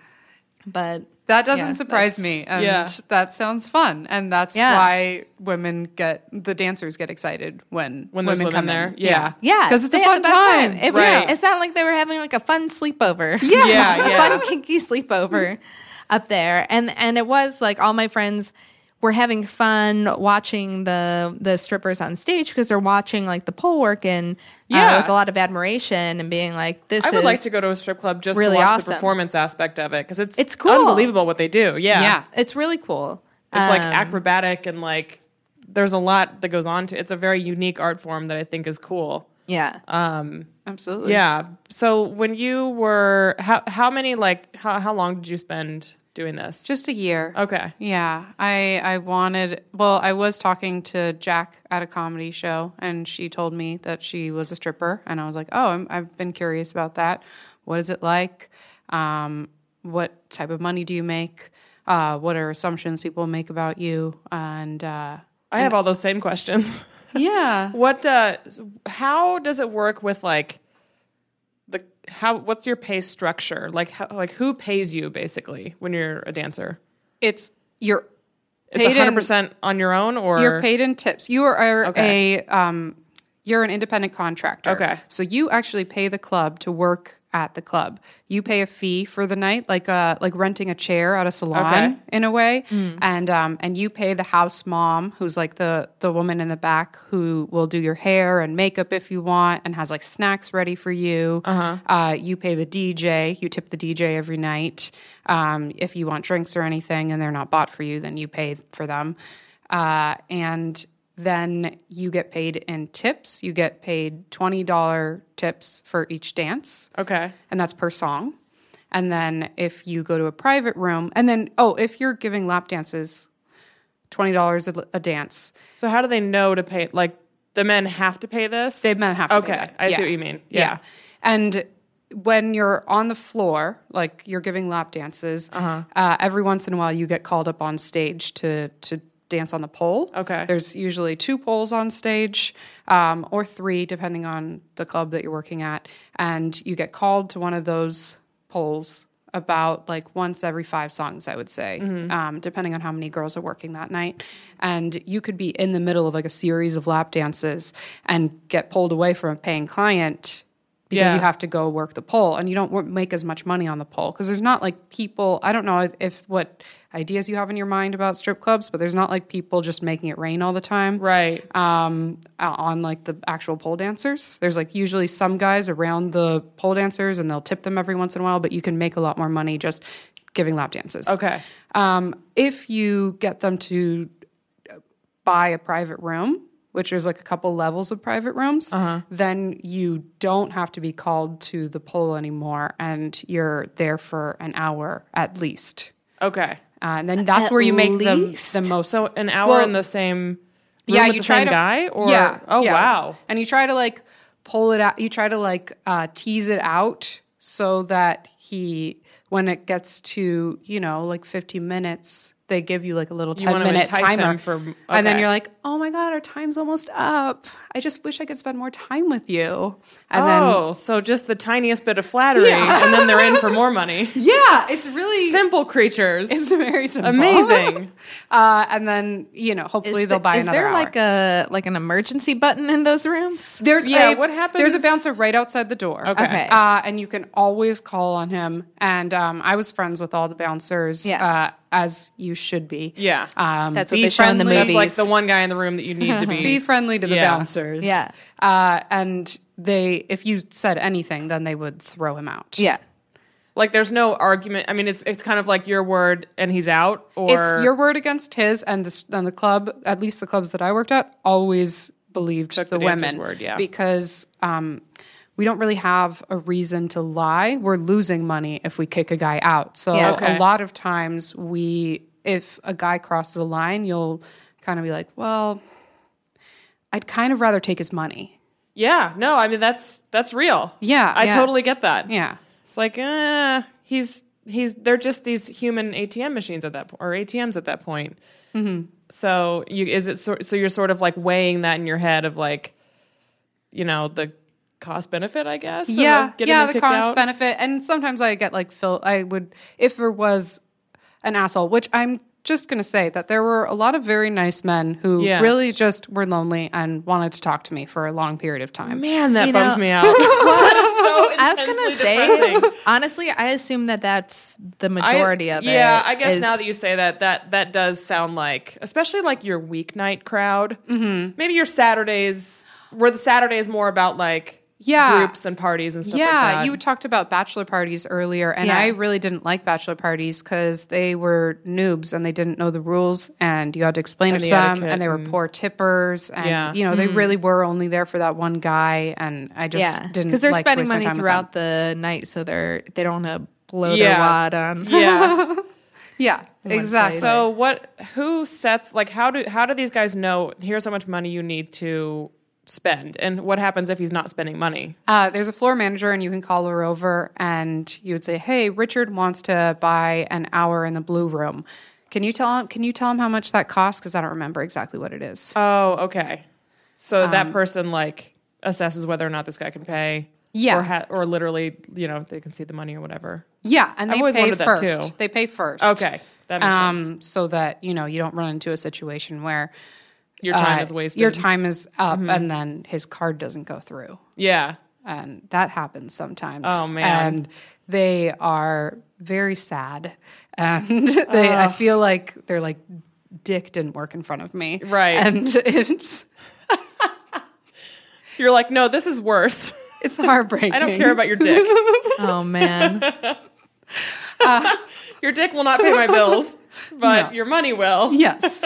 But
That doesn't
Yeah,
surprise me. And
yeah.
that sounds fun. And that's
Yeah.
why women get the dancers get excited when,
When there's
women,
women
come
there.
in.
Yeah.
Yeah,
Because it's a
they
fun
had the best
time.
It,
Right.
It's not like they were having like a fun sleepover.
Yeah. Yeah, yeah.
fun kinky sleepover up there, and and it was like all my friends were having fun watching the the strippers on stage because they're watching like the pole work and uh,
Yeah.
with a lot of admiration and being like this.
I would
is,
like to go to a strip club just
really
to watch
awesome.
the performance aspect of it because it's
It's cool.
unbelievable what they do. Yeah,
Yeah.
It's really cool.
it's like
Um,
acrobatic and like there's a lot that goes on to. It's a very unique art form that I think is cool.
yeah.
Absolutely.
Yeah. So when you were how how many like how how long did you spend doing this?
Just a year.
okay.
Yeah, I I wanted. Well, I was talking to Jack at a comedy show, and she told me that she was a stripper, and I was like, oh, I'm, I've been curious about that. What is it like? Um, what type of money do you make? Uh, what are assumptions people make about you? And uh,
I have all those same questions.
yeah,
What uh how does it work with like the how what's your pay structure? Like how, like who pays you basically when you're a dancer?
it's you're
It's
paid in-
100% on your own or
You're paid in tips. You are, are
Okay.
a um, you're an independent contractor.
Okay.
So you actually pay the club to work at the club. You pay a fee for the night, like uh like renting a chair at a salon
Okay.
in a way, and um and you pay the house mom, who's like the the woman in the back who will do your hair and makeup if you want, and has like snacks ready for you. Uh-huh. you pay the DJ. You tip the DJ every night. Um, if you want drinks or anything, and they're not bought for you, then you pay for them uh, and then you get paid in tips. You get paid twenty dollar tips for each dance,
Okay.
and that's per song. And then if you go to a private room, and then oh, if you're giving lap dances, twenty dollars a dance.
So how do they know to pay like the men have to pay this?
They men have to
Okay.
pay that.
I
Yeah.
see what you mean. yeah.
And when you're on the floor, like you're giving lap dances,
Uh-huh.
uh every once in a while you get called up on stage to to dance on the pole.
Okay.
There's usually two poles on stage, um, or three, depending on the club that you're working at, and you get called to one of those poles about like once every five songs i would say um, depending on how many girls are working that night and you could be in the middle of like a series of lap dances and get pulled away from a paying client because
Yeah.
you have to go work the pole and you don't wor- make as much money on the pole because there's not like people i don't know if, if what ideas you have in your mind about strip clubs but there's not like people just making it rain all the time
Right.
um, o- on like the actual pole dancers there's like usually some guys around the pole dancers and they'll tip them every once in a while but you can make a lot more money just giving lap dances
Okay.
um, if you get them to buy a private room, which is like a couple levels of private rooms, then you don't have to be called to the poll anymore, and you're there for an hour at least.
Okay.
Uh, and then that's
At
where you make
least?
the, the most.
So an hour
Well,
in the same room
yeah,
with
you
the
try
same
to,
guy or
yeah,
oh
yes.
wow.
and you try to like pull it out. You try to like uh, tease it out so that he, when it gets to you know like 15 minutes, they give you like a little 10
wanna
minute
entice him
timer,
for-
and then
okay.
you're like, oh my god, our time's almost up. I just wish I could spend more time with you. And
oh, so just the tiniest bit of flattery and then they're in for more money.
then yeah, it's really
Simple creatures.
It's very simple.
Amazing.
uh, and then you know, hopefully
Is
they'll
the-
buy
is
another.
there
hour.
like a like an emergency button in those rooms?
There's
Yeah,
a,
what
There's a
happens-
bouncer right outside the door.
Okay.
Okay.
Uh, and you can always call on him. And um, I was friends with all the bouncers,
Yeah.
uh, as you should be.
Yeah.
Um,
That's what
be
they show in the
friendly-
movies.
That's like the one guy in the room that you need to be.
Be friendly to the
Yeah.
bouncers.
Yeah.
Uh, and they, if you said anything, then they would throw him out.
Yeah.
Like there's no argument. I mean, it's it's kind of like your word and he's out or
It's your word against his, and the, and the club, at least the clubs that I worked at, always believed the,
the dancer's
women.
word, yeah.
Because um, we don't really have a reason to lie. We're losing money if we kick a guy out. So
Yeah. Okay.
a lot of times, we, if a guy crosses a line, you'll kind of be like, well, I'd kind of rather take his money.
Yeah, no, I mean that's that's real.
Yeah,
I
yeah.
totally get that.
Yeah.
It's like, uh, he's he's they're just these human ATM machines at that point, or ATMs at that point.
Mm-hmm.
So you is it so, so you're sort of like weighing that in your head of like, you know, the cost benefit, I guess. of,
yeah,
like, getting
yeah,
them
the
kicked
cost
out?
benefit, and sometimes I get like fill. I would if there was an asshole, which I'm just going to say that there were a lot of very nice men who
Yeah.
really just were lonely and wanted to talk to me for a long period of time.
Man, that
You
bums
know-
me out. that
I was
is so
gonna
intensely
say,
depressing.
honestly, I assume that that's the
I-
majority of it.
Yeah, I guess
is-
now that you say that, that that does sound like, especially like your weeknight crowd. Mm-hmm. Maybe your Saturdays, where the Saturday is more about like
Yeah.
groups and parties and stuff
yeah,
like that.
you talked about bachelor parties earlier, and
Yeah.
I really didn't like bachelor parties because they were noobs and they didn't know the rules, and you had to explain
And
it to
the
them,
etiquette
and they were
and-
poor tippers, and
Yeah.
you know they really were only there for that one guy, and I just
Mm-hmm. yeah,
didn't
because they're
like
spending
waste my
money
time with them.
throughout the night, so they're they don't want to blow their
Yeah.
wad on.
yeah.
Yeah, exactly.
So what? Who sets? Like, how do how do these guys know? Here's how much money you need to spend, and what happens if he's not spending money?
Uh, there's a floor manager, and you can call her over, and you would say, "Hey, Richard wants to buy an hour in the blue room. Can you tell him? Can you tell him how much that costs? Because I don't remember exactly what it is."
Oh, okay. So that
Um,
person like assesses whether or not this guy can pay.
Yeah.
Or, ha- or literally, you know, they can see the money or whatever.
yeah, and
I've
they
always
pay
wondered that,
first.
too.
They pay first.
Okay, that makes sense.
Um, so that you know you don't run into a situation where
Your time
uh,
is wasted. Mm-hmm.
Your time is up, and then his card doesn't go through,
Yeah.
and that happens sometimes.
Oh, man.
And they are very sad, and they I feel like they're like dick didn't work in front of me,
Right.
And it's
You're like, no, this is worse.
it's heartbreaking.
I don't care about your dick.
Oh man,
Your dick will not pay my bills, but your money will.
yes.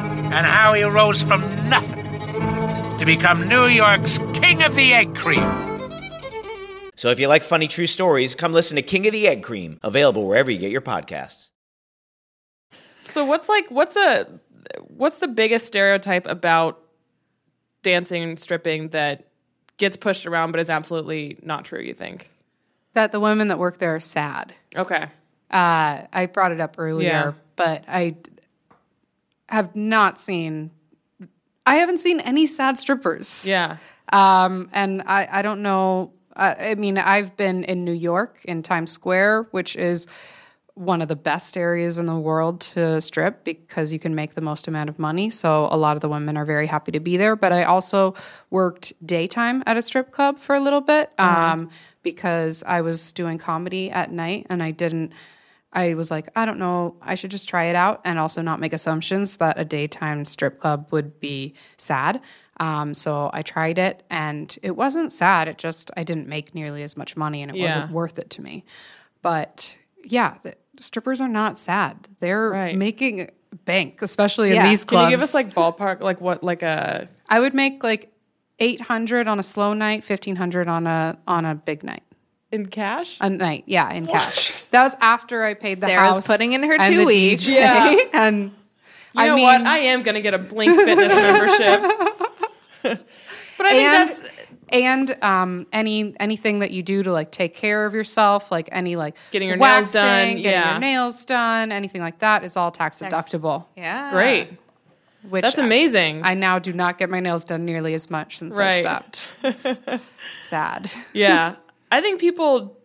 and how he rose from nothing to become New York's King of the Egg Cream.
So if you like funny true stories, come listen to King of the Egg Cream, available wherever you get your podcasts.
So what's like what's a what's the biggest stereotype about dancing and stripping that gets pushed around but is absolutely not true, you think?
that the women that work there are sad.
Okay.
Uh, I brought it up earlier,
Yeah.
but I d- have not seen. I haven't seen any sad strippers.
Yeah.
Um, and I, I don't know. I, I mean, I've been in New York in Times Square, which is one of the best areas in the world to strip because you can make the most amount of money. So a lot of the women are very happy to be there. But I also worked daytime at a strip club for a little bit um, because I was doing comedy at night and I didn't. I was like, I don't know. I should just try it out and also not make assumptions that a daytime strip club would be sad. Um, so I tried it and it wasn't sad. It just, I didn't make nearly as much money and it
Yeah.
wasn't worth it to me. But yeah, the, strippers are not sad. They're
Right.
making bank, especially
Yeah.
in these
Can
clubs.
you give us like ballpark like what like a
I would make like 800 on a slow night, 1500 on a, on a big night.
in cash?
A night, yeah, in cash. That was after I paid the
Sarah's
house.
putting in her
and
two
the
weeks.
DJ.
Yeah.
and
You
I
know
mean,
what? I am going to get a Blink Fitness membership. but I think
and
that's
and um, any anything that you do to like take care of yourself, like any like
Getting your
waxing,
nails done,
getting
yeah.
your nails done, anything like that is all tax deductible.
Yeah.
great.
Which
That's amazing.
I, I now do not get my nails done nearly as much since
Right.
I stopped. It's sad.
yeah. I think people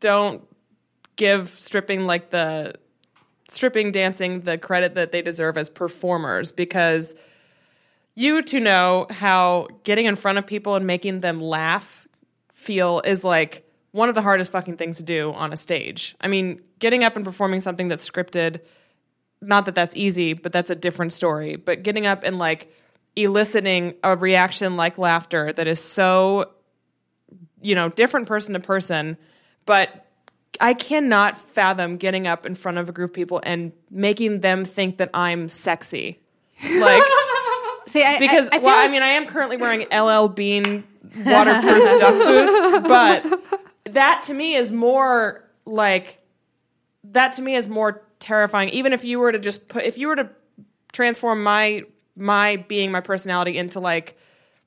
don't give stripping like the stripping dancing the credit that they deserve as performers because you to know how getting in front of people and making them laugh feel is like one of the hardest fucking things to do on a stage. I mean, getting up and performing something that's scripted, not that that's easy, but that's a different story. But getting up and like eliciting a reaction like laughter that is so you know, different person to person, but I cannot fathom getting up in front of a group of people and making them think that I'm sexy. Like
See, I,
because
I, I feel
well, I
like-
mean, I am currently wearing LL Bean waterproof duck boots, but that to me is more like that to me is more terrifying. Even if you were to just put, if you were to transform my my being, my personality into like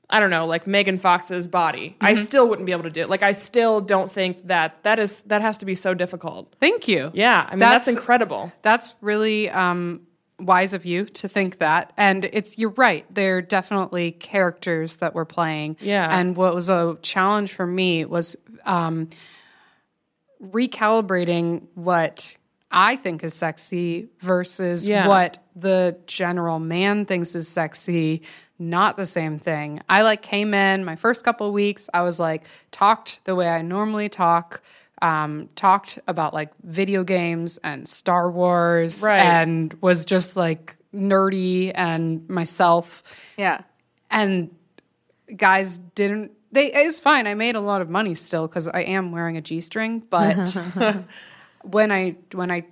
I don't know, like Megan Fox's body, I
Mm-hmm.
still wouldn't be able to do it. Like I still don't think that that is that has to be so difficult.
Thank you.
Yeah, I mean that's,
That's-
incredible.
That's really um, wise of you to think that. And it's you're right. They're definitely characters that we're playing.
Yeah.
And what was a challenge for me was um, recalibrating what I think is sexy versus
Yeah.
what the general man thinks is sexy. Not the same thing. I like came in my first couple weeks. I was like talked the way I normally talk. Um, talked about like video games and Star Wars,
Right.
and was just like nerdy and myself
yeah.
and guys didn't they it was fine i made a lot of money still because i am wearing a g-string but when i when i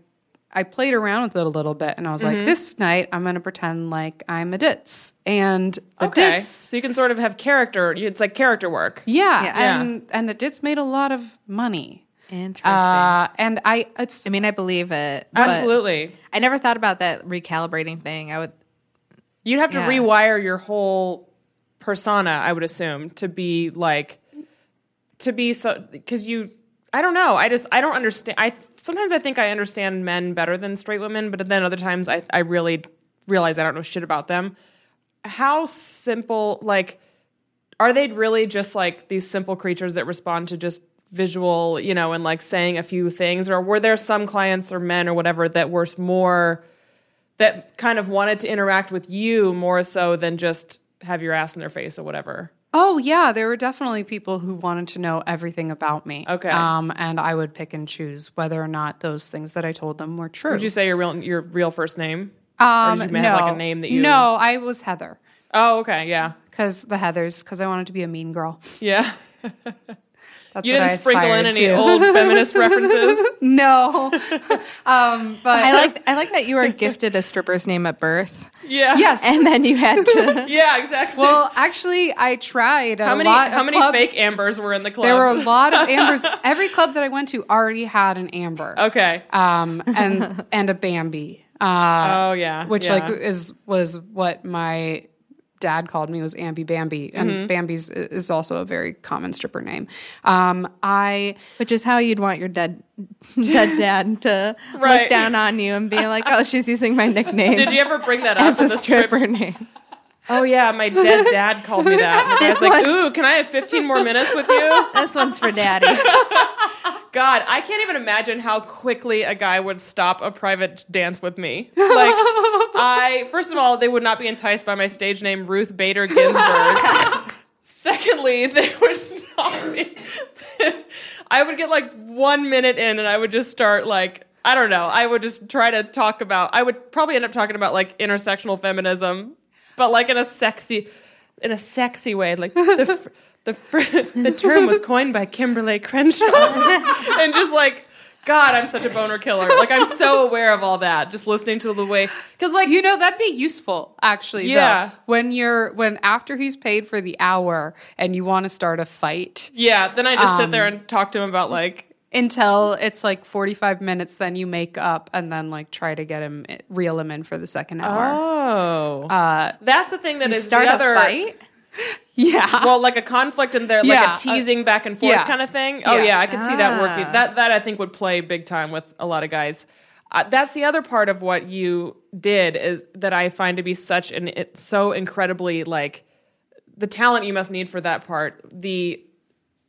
i played around with it a little bit and i was
Mm-hmm.
like this night i'm going to pretend like i'm a ditz and the
Okay,
ditz
so you can sort of have character. It's like character work.
yeah,
Yeah.
and and the ditz made a lot of money
Interesting.
uh, and i it's
I mean, I believe it. but
Absolutely.
I never thought about that recalibrating thing. I would.
You'd have to
Yeah.
rewire your whole persona, I would assume, to be like to be so because you. I don't know. I just I don't understand. I sometimes I think I understand men better than straight women, but then other times I I really realize I don't know shit about them. How simple like are they really just like these simple creatures that respond to just visual, you know, and like saying a few things or were there some clients or men or whatever that were more that kind of wanted to interact with you more so than just have your ass in their face or whatever.
Oh yeah, there were definitely people who wanted to know everything about me.
Okay.
um, and I would pick and choose whether or not those things that I told them were true.
Would you say your real your real first name?
Um,
or did you have like a name that you
No, I was Heather
Oh, okay, yeah.
because the Heathers because I wanted to be a mean girl.
Yeah.
That's
You
what
didn't
I
sprinkle in
aspired
any
to.
old feminist references.
no, um, but
I like. I like that you were gifted a stripper's name at birth,
Yeah.
yes.
and then you had to.
Yeah, exactly.
well, actually, I tried. At
how
a
many
lot
how
of
many
clubs.
fake ambers were in the club?
There were a lot of ambers. Every club that I went to already had an amber.
Okay.
Um, and and a Bambi. Uh,
oh yeah.
which
yeah.
like is was what my dad called me was Ambi Bambi, and
Mm-hmm.
Bambi's i- is also a very common stripper name. Um, I
Which is how you'd want your dead, dead dad to
Right.
look down on you and be like, "Oh, she's using my nickname
did you ever bring that up
as
in
a
the strip?
stripper name."
Oh yeah, my dead dad called me that. And I
This
was like,
one's-
"Ooh, can I have 15 more minutes with you?"
This one's for daddy.
God, I can't even imagine how quickly a guy would stop a private dance with me. Like, I, first of all, they would not be enticed by my stage name, Ruth Bader Ginsburg. Secondly, they would not be. I would get like one minute in and I would just start like, I don't know. I would just try to talk about, I would probably end up talking about like intersectional feminism, but like in a sexy, in a sexy way. Like, the, fr- the, fr- the term was coined by Kimberly Crenshaw and just like God, I'm such a boner killer. Like I'm so aware of all that. Just listening to the way because like
you know that'd be useful actually.
Yeah.
Yeah, when you're when after he's paid for the hour and you want to start a fight
yeah. Then I just sit
Um,
there and talk to him about like
until it's like 45 minutes, then you make up and then like try to get him eh, reel him in for the second hour.
oh
uh,
that's the thing that
you
is
start
the
a
other
fight? yeah.
Well, like a conflict in there, like
Yeah,
a
uh,
teasing back and forth
yeah.
kind of thing. Oh yeah,
Yeah.
I could see that working.
Ah.
That that I think would play big time with a lot of guys. Uh, that's the other part of what you did is that I find to be such an it's so incredibly like the talent you must need for that part. The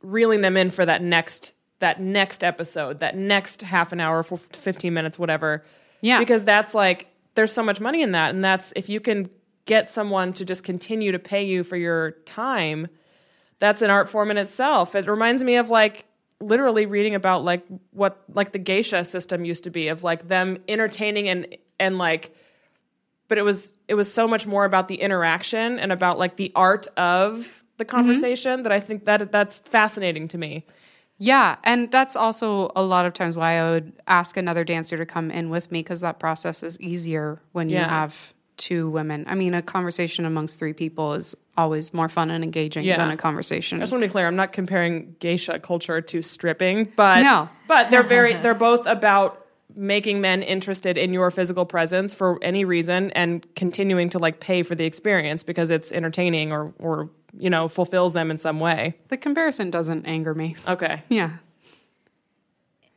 reeling them in for that next that next episode, that next half an hour, for 15 minutes, whatever.
Yeah.
Because that's like there's so much money in that and that's if you can get someone to just continue to pay you for your time, that's an art form in itself. It reminds me of like literally reading about like what like the geisha system used to be of like them entertaining and and like but it was it was so much more about the interaction and about like the art of the conversation that I think that that's fascinating to me.
Yeah, and that's also a lot of times why I would ask another dancer to come in with me because that process is easier when you
Yeah.
have two women. I mean, a conversation amongst three people is always more fun and engaging
Yeah.
than a
I
conversation.
just want to be clear, I'm not comparing geisha culture to stripping, but
No.
but they're very they're both about making men interested in your physical presence for any reason and continuing to like pay for the experience because it's entertaining or or you know fulfills them in some way.
The comparison doesn't anger me.
Okay.
Yeah.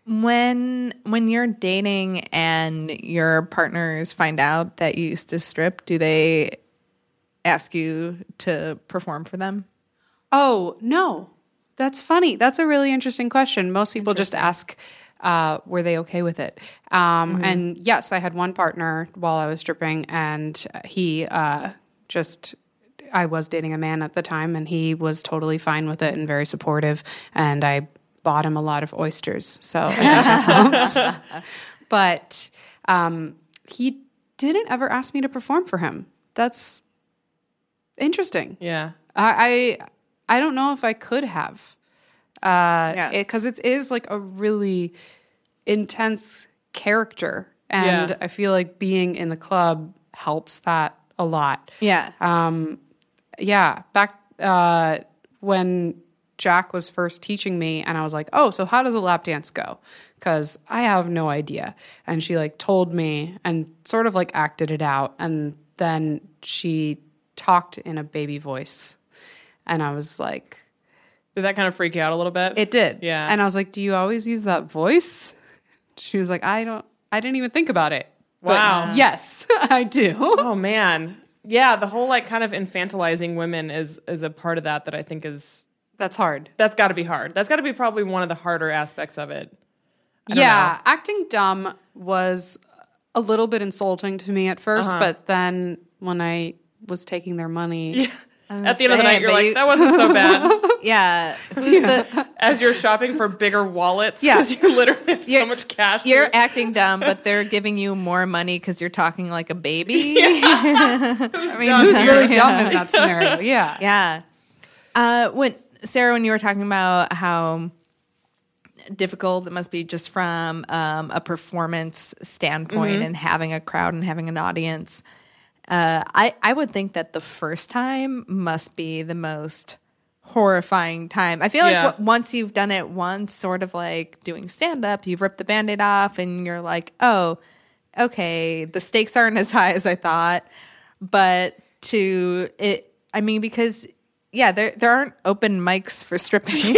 When when you're dating and your partners find out that you used to strip, do they ask you to perform for them?
Oh, no. That's funny. That's a really interesting question. Most people just ask, uh, were they okay with it? Um, And yes, I had one partner while I was stripping, and he uh, just, I was dating a man at the time, and he was totally fine with it and very supportive. And I bought him a lot of oysters. So, but um, he didn't ever ask me to perform for him. That's interesting.
Yeah.
I I, I don't know if I could have,
Yeah.
uh, because it is like a really intense character, and
Yeah.
I feel like being in the club helps that a lot.
Yeah.
Yeah, back uh, when Jack was first teaching me, and I was like, "Oh, so how does a lap dance go?" Because I have no idea. And she like told me and sort of like acted it out, and then she talked in a baby voice, and I was like,
Did that kind of freak you out a little bit?
"It did."
Yeah.
And I was like, "Do you always use that voice?" She was like, "I don't. I didn't even think about it." But
Wow.
yes, I do.
Oh man. Yeah, the whole like kind of infantilizing women is is a part of that that I think is
That's hard.
that's got to be hard. That's got to be probably one of the harder aspects of it.
yeah, acting dumb was a little bit insulting to me at 1st
Uh-huh.
but then when I was taking their money,
At the end of the
saying,
night, you're
but
like,
you-
that wasn't so bad.
yeah. Who's the
As you're shopping for bigger wallets,
Yeah.
because you literally have so
You're-
much cash.
you're
that
acting dumb, but they're giving you more money because you're talking like a baby.
I mean, who's really dumb in that scenario? Yeah.
Yeah. Uh, when Sarah, when you were talking about how difficult it must be just from um, a performance standpoint and having a crowd and having an audience, uh, I I would think that the first time must be the most horrifying time. I feel like
Yeah.
w- once you've done it once, sort of like doing stand up, you've ripped the band-aid off and you're like, oh, okay, the stakes aren't as high as I thought. But to it I mean, because yeah, there there aren't open mics for stripping.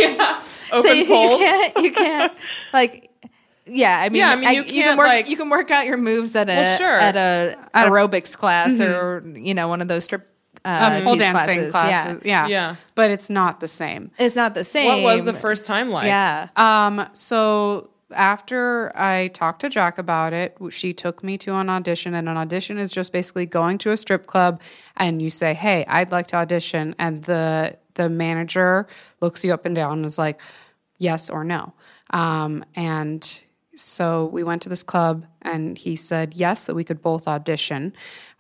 open
you, you
polls.
can't you can't like yeah, I mean,
Yeah, I mean, you
can
can't,
work
like-
you can work out your moves at a
Well, sure. Mm-hmm.
at a aerobics class or you know one of those strip uh,
Um,
Pole
tease
dancing
classes.
classes. Yeah.
Yeah.
Yeah.
But it's not the same.
It's not the
what
same.
was the first time like?
Yeah.
Um, so after I talked to Jack about it, w- she took me to an audition, and an audition is just basically going to a strip club and you say, "Hey, I'd like to audition," and the the manager looks you up and down and is like, "Yes or no." Um, and so we went to this club, and he said yes that we could both audition.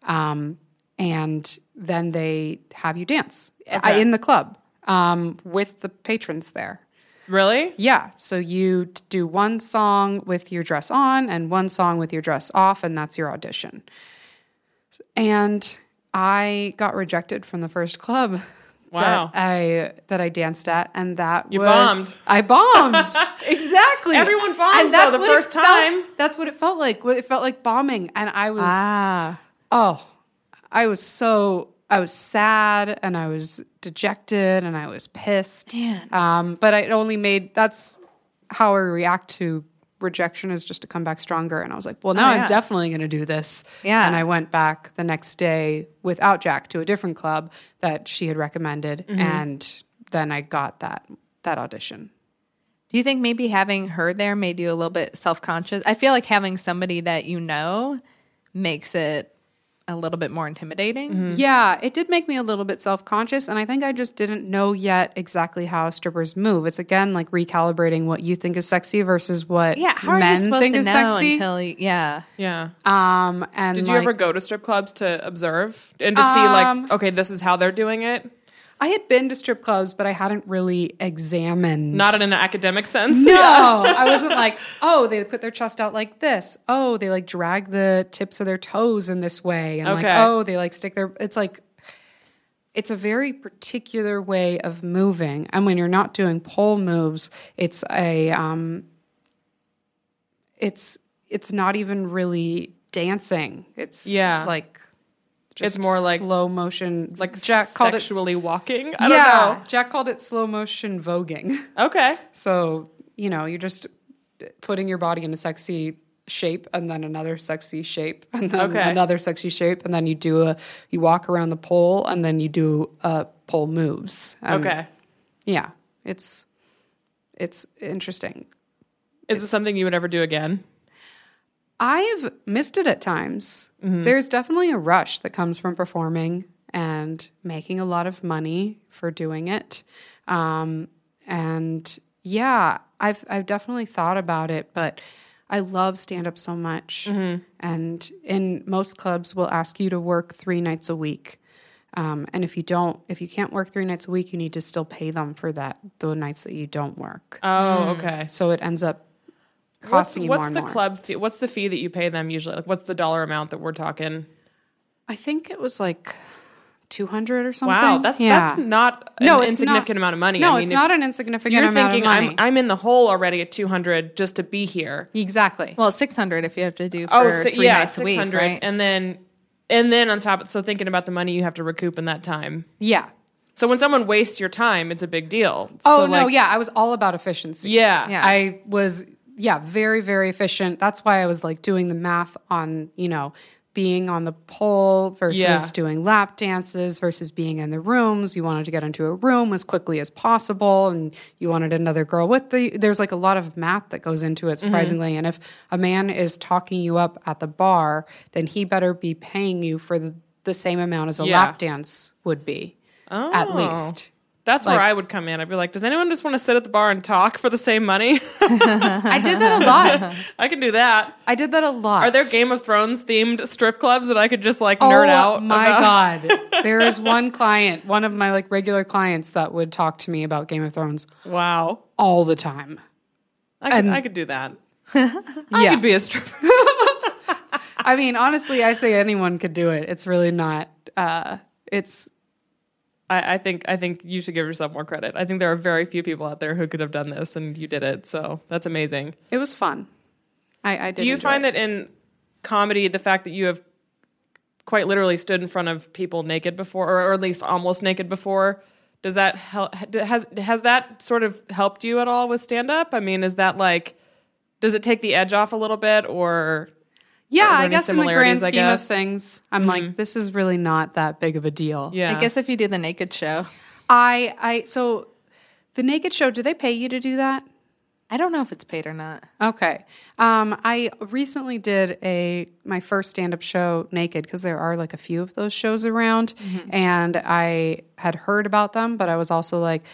Um, and then they have you dance uh, in the club um, with the patrons there.
Really?
Yeah. So you t- do one song with your dress on and one song with your dress off, and that's your audition. And I got rejected from the first club.
Wow.
That I that I danced at, and that
You
was
bombed.
I bombed exactly.
Everyone bombs,
And
though, the
what it
first
felt-
time.
that's what it felt like. It felt like bombing, and I was
Ah.
oh, I was so I was sad and I was dejected and I was pissed. Um, but it only made that's how I react to rejection is just to come back stronger. And I was like, well, now
Oh, yeah.
I'm definitely going to do this.
Yeah.
And I went back the next day without Jack to a different club that she had recommended,
Mm-hmm.
and then I got that that audition.
Do you think maybe having her there made you a little bit self conscious? I feel like having somebody that you know makes it a little bit more intimidating.
Mm-hmm.
Yeah, it did make me a little bit self conscious. And I think I just didn't know yet exactly how strippers move. It's again like recalibrating what you think is sexy versus what
Yeah, how are you
men
supposed
think
to know
is sexy.
until you, yeah?
Yeah.
um, and
Did you
like-
ever go to strip clubs to observe and to see
Um,
like, okay, this is how they're doing it?
I had been to strip clubs, but I hadn't really examined.
Not in an academic sense.
No,
Yeah.
I wasn't like, oh, they put their chest out like this. Oh, they like drag the tips of their toes in this way. And
Okay.
like, oh, they like stick their. It's like, it's a very particular way of moving. And when you're not doing pole moves, it's a, um, it's it's not even really dancing. It's
Yeah.
like.
It's
Just
more like-
slow motion,
Like
Jack called it
sexually walking. I
yeah,
don't know.
Jack called it slow motion voguing.
Okay.
So, you know, you're just putting your body in a sexy shape and then another sexy shape and then
Okay.
another sexy shape and then you do a you walk around the pole and then you do uh pole moves. Um,
Okay.
Yeah. It's it's interesting.
Is it something you would ever do again?
I've missed it at times.
Mm-hmm.
There's definitely a rush that comes from performing and making a lot of money for doing it. Um, and yeah, I've I've definitely thought about it, but I love stand up so much.
Mm-hmm.
And in most clubs will ask you to work 3 nights a week. Um, and if you don't, if you can't work three nights a week, you need to still pay them for that the nights that you don't work.
Oh, okay.
so it ends up Mm.
What's,
costing you more
what's
and
the
more.
club fee? What's the fee that you pay them usually? Like, what's the dollar amount that we're talking?
I think it was like 200 or something.
Wow, that's
Yeah.
that's not an
No, it's
insignificant
not-
amount of money.
No,
I mean,
it's
if-
not an
So
insignificant
you're
amount
thinking
of money.
I'm I'm in the hole already at 200 just to be here.
exactly.
Well, six hundred if you have to do for
Oh, si-
three
yeah,
nights a week,
600,
right?
and then and then on top, so thinking about the money you have to recoup in that time.
yeah.
So when someone wastes your time, it's a big deal.
Oh
so
no,
like,
yeah, I was all about efficiency.
yeah,
Yeah.
I was yeah, very very efficient. That's why I was like doing the math on, you know, being on the pole versus
Yeah.
doing lap dances versus being in the rooms. You wanted to get into a room as quickly as possible and you wanted another girl with the there's like a lot of math that goes into
Mm-hmm.
it surprisingly. And if a man is talking you up at the bar, then he better be paying you for the, the same amount as a
Yeah. Oh.
lap dance would be. At least.
That's where
Like-
I would come in. I'd be like, does anyone just want to sit at the bar and talk for the same money?
I did that a lot.
I can do that.
I did that a lot.
Are there Game of Thrones themed strip clubs that I could just like nerd out?
Oh My
about?
God. There is one client, one of my like regular clients that would talk to me about Game of Thrones
Wow.
all the time.
I could,
And-
I could do that.
yeah.
I could be a stripper.
I mean, honestly, I say anyone could do it. It's really not uh it's
I, I think I think you should give yourself more credit. I think there are very few people out there who could have done this, and you did it. So that's amazing.
it was fun. I, I did
Do you
enjoy
find
it.
that in comedy, the fact that you have quite literally stood in front of people naked before, or, or at least almost naked before, does that help? Has has that sort of helped you at all with stand up? I mean, is that like, does it take the edge off a little bit, or
Yeah,
there
I
any
guess in the grand
similarities, I
scheme of
guess? Mm-hmm.
things, I'm like, this is really not that big of a deal.
yeah?
I guess if you do the naked show,
I I so the naked show, do they pay you to do that?
I don't know if it's paid or not.
Okay. Um, I recently did a my first stand up show naked because there are like a few of those shows around, and I had heard about them, but I was also like,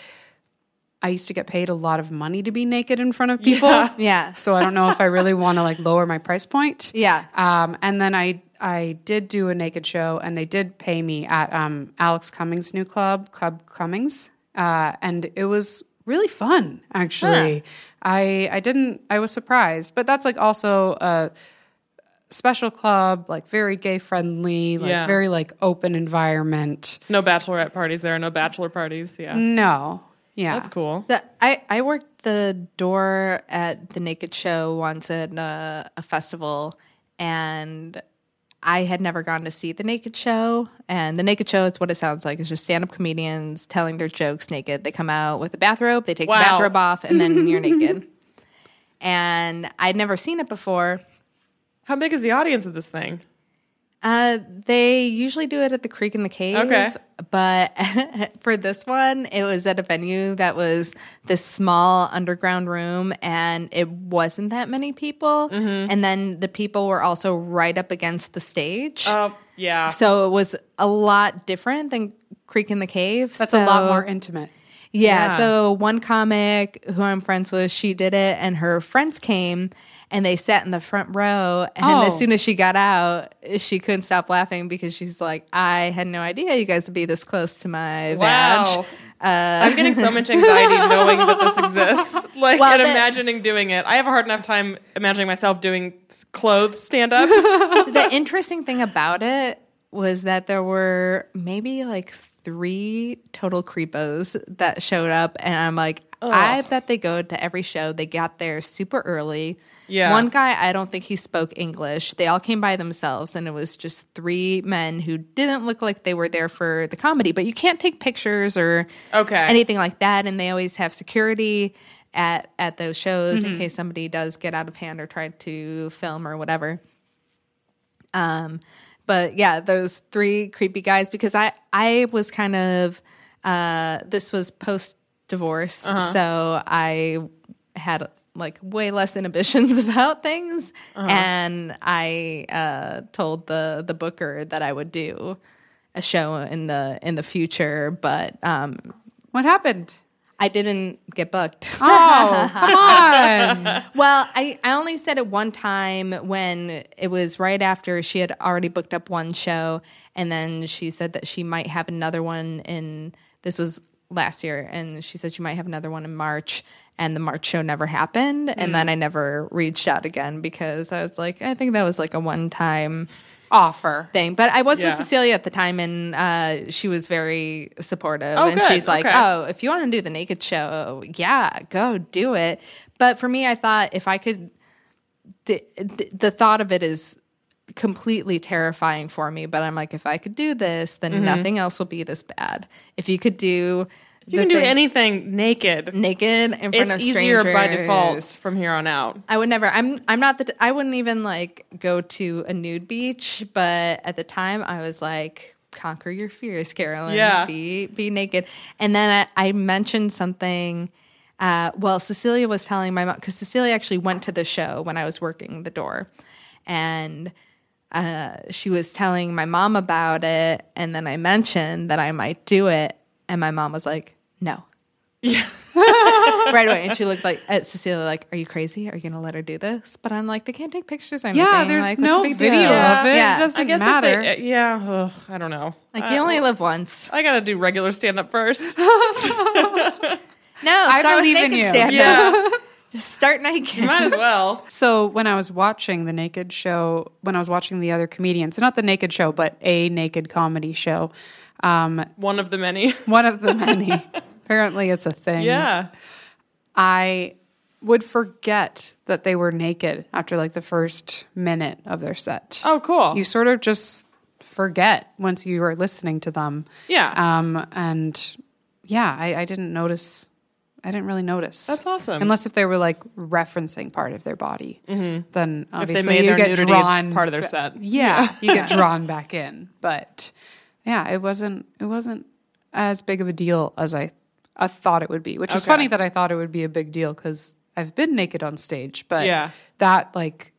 I used to get paid a lot of money to be naked in front of people,
Yeah,
so I don't know if I really want to like lower my price point.
yeah.
Um, and then I I did do a naked show, and they did pay me at um, Alex Cummings' new club, Club Cummings, uh, and it was really fun actually. I I didn't I was surprised, but that's like also a special club, like very gay friendly, like
Yeah.
very like open environment.
No bachelorette parties there. No bachelor parties. Yeah.
No. Yeah.
That's cool.
The, I, I worked the door at the Naked Show once at uh, a, a festival, and I had never gone to see the Naked Show. And the Naked Show is what it sounds like. It's just stand up comedians telling their jokes naked. They come out with a bathrobe, they take
Wow.
the bathrobe off, and then you're naked. And I'd never seen it before.
How big is the audience of this thing?
Uh, they usually do it at the Creek in the Cave.
Okay.
But for this one, it was at a venue that was this small underground room and it wasn't that many people.
Mm-hmm.
And then the people were also right up against the stage.
Oh, yeah.
So it was a lot different than Creek in the Cave.
That's a lot
So-
more intimate.
yeah,
Yeah.
So one comic who I'm friends with, she did it, and her friends came and they sat in the front row. And as
Oh.
soon as she got out, she couldn't stop laughing because she's like, "I had no idea you guys would be this close to my
Wow.
vag." Uh,
I'm getting so much anxiety knowing that this exists, like
Well,
and
the-
imagining doing it. I have a hard enough time imagining myself doing s- clothes stand up.
the interesting thing about it was that there were maybe like three total creepos that showed up, and I'm like, I bet they go to every show. They got there super early.
Yeah.
One guy, I don't think he spoke English. They all came by themselves, and it was just three men who didn't look like they were there for the comedy, but you can't take pictures or
Okay.
anything like that. And they always have security at, at those shows in
Mhm.
case somebody does get out of hand or try to film or whatever. Um, but yeah, those three creepy guys because I I was kind of uh, this was post divorce,
Uh-huh.
so I had like way less inhibitions about things,
Uh-huh.
and I uh, told the the booker that I would do a show in the in the future, but um,
what happened?
I didn't get booked.
Oh, come on.
Well, I, I only said it one time when it was right after she had already booked up one show, and then she said that she might have another one in this was last year, and she said she might have another one in March, and the March show never happened,
Hmm.
and then I never reached out again because I was like, I think that was like a one time
offer
thing, but I was
Yeah.
with Cecilia at the time, and uh, she was very supportive,
Oh,
and
good.
she's like,
Okay.
oh, if you want to do the naked show, yeah, go do it. But for me, I thought if I could d- d- the thought of it is completely terrifying for me but i'm like if i could do this then
Mhm.
nothing else will be this bad if you could do
If you
the
can do
thing
anything naked.
naked in front
it's
of
easier
strangers
by default from here on out.
I would never. I'm. I'm not the. t- I wouldn't even like go to a nude beach. But at the time, I was like, conquer your fears, Carolyn.
Yeah.
Be be naked. And then I, I mentioned something. Uh, well, Cecilia was telling my mom because Cecilia actually went to the show when I was working the door, and uh, she was telling my mom about it. And then I mentioned that I might do it, and my mom was like, no right away. And she looked like at Cecilia, like, "Are you crazy? Are you gonna let her do this?" But I'm like, they can't take pictures or anything.
Yeah, there's
like, what's
no
the big
video
deal?
of it.
Yeah.
It doesn't
I guess if they-
matter.
uh, yeah, ugh, I don't know.
Like
I-
uh,
you only live once.
I gotta do regular stand up first.
No,
I
start
believe
with
in
naked
you.
Stand
Yeah.
Just start naked.
Might as well.
So when I was watching the Naked Show, when I was watching the other comedians, so not the Naked Show, but a Naked comedy show, um,
One of the many.
one of the many. Apparently, it's a thing.
Yeah.
I would forget that they were naked after like the first minute of their set.
Oh, cool.
You sort of just forget once you are listening to them.
Yeah.
Um, and yeah, I, I didn't notice. I didn't really notice.
That's awesome.
Unless if they were like referencing part of their body,
Mhm.
then
If they
obviously
made
you
their
get
nudity
drawn
part of their set.
Yeah,
Yeah.
you get drawn back in. But yeah, it wasn't. It wasn't as big of a deal as I, I thought it would be. Which is
Okay.
funny that I thought it would be a big deal because I've been naked on stage, but
Yeah.
that like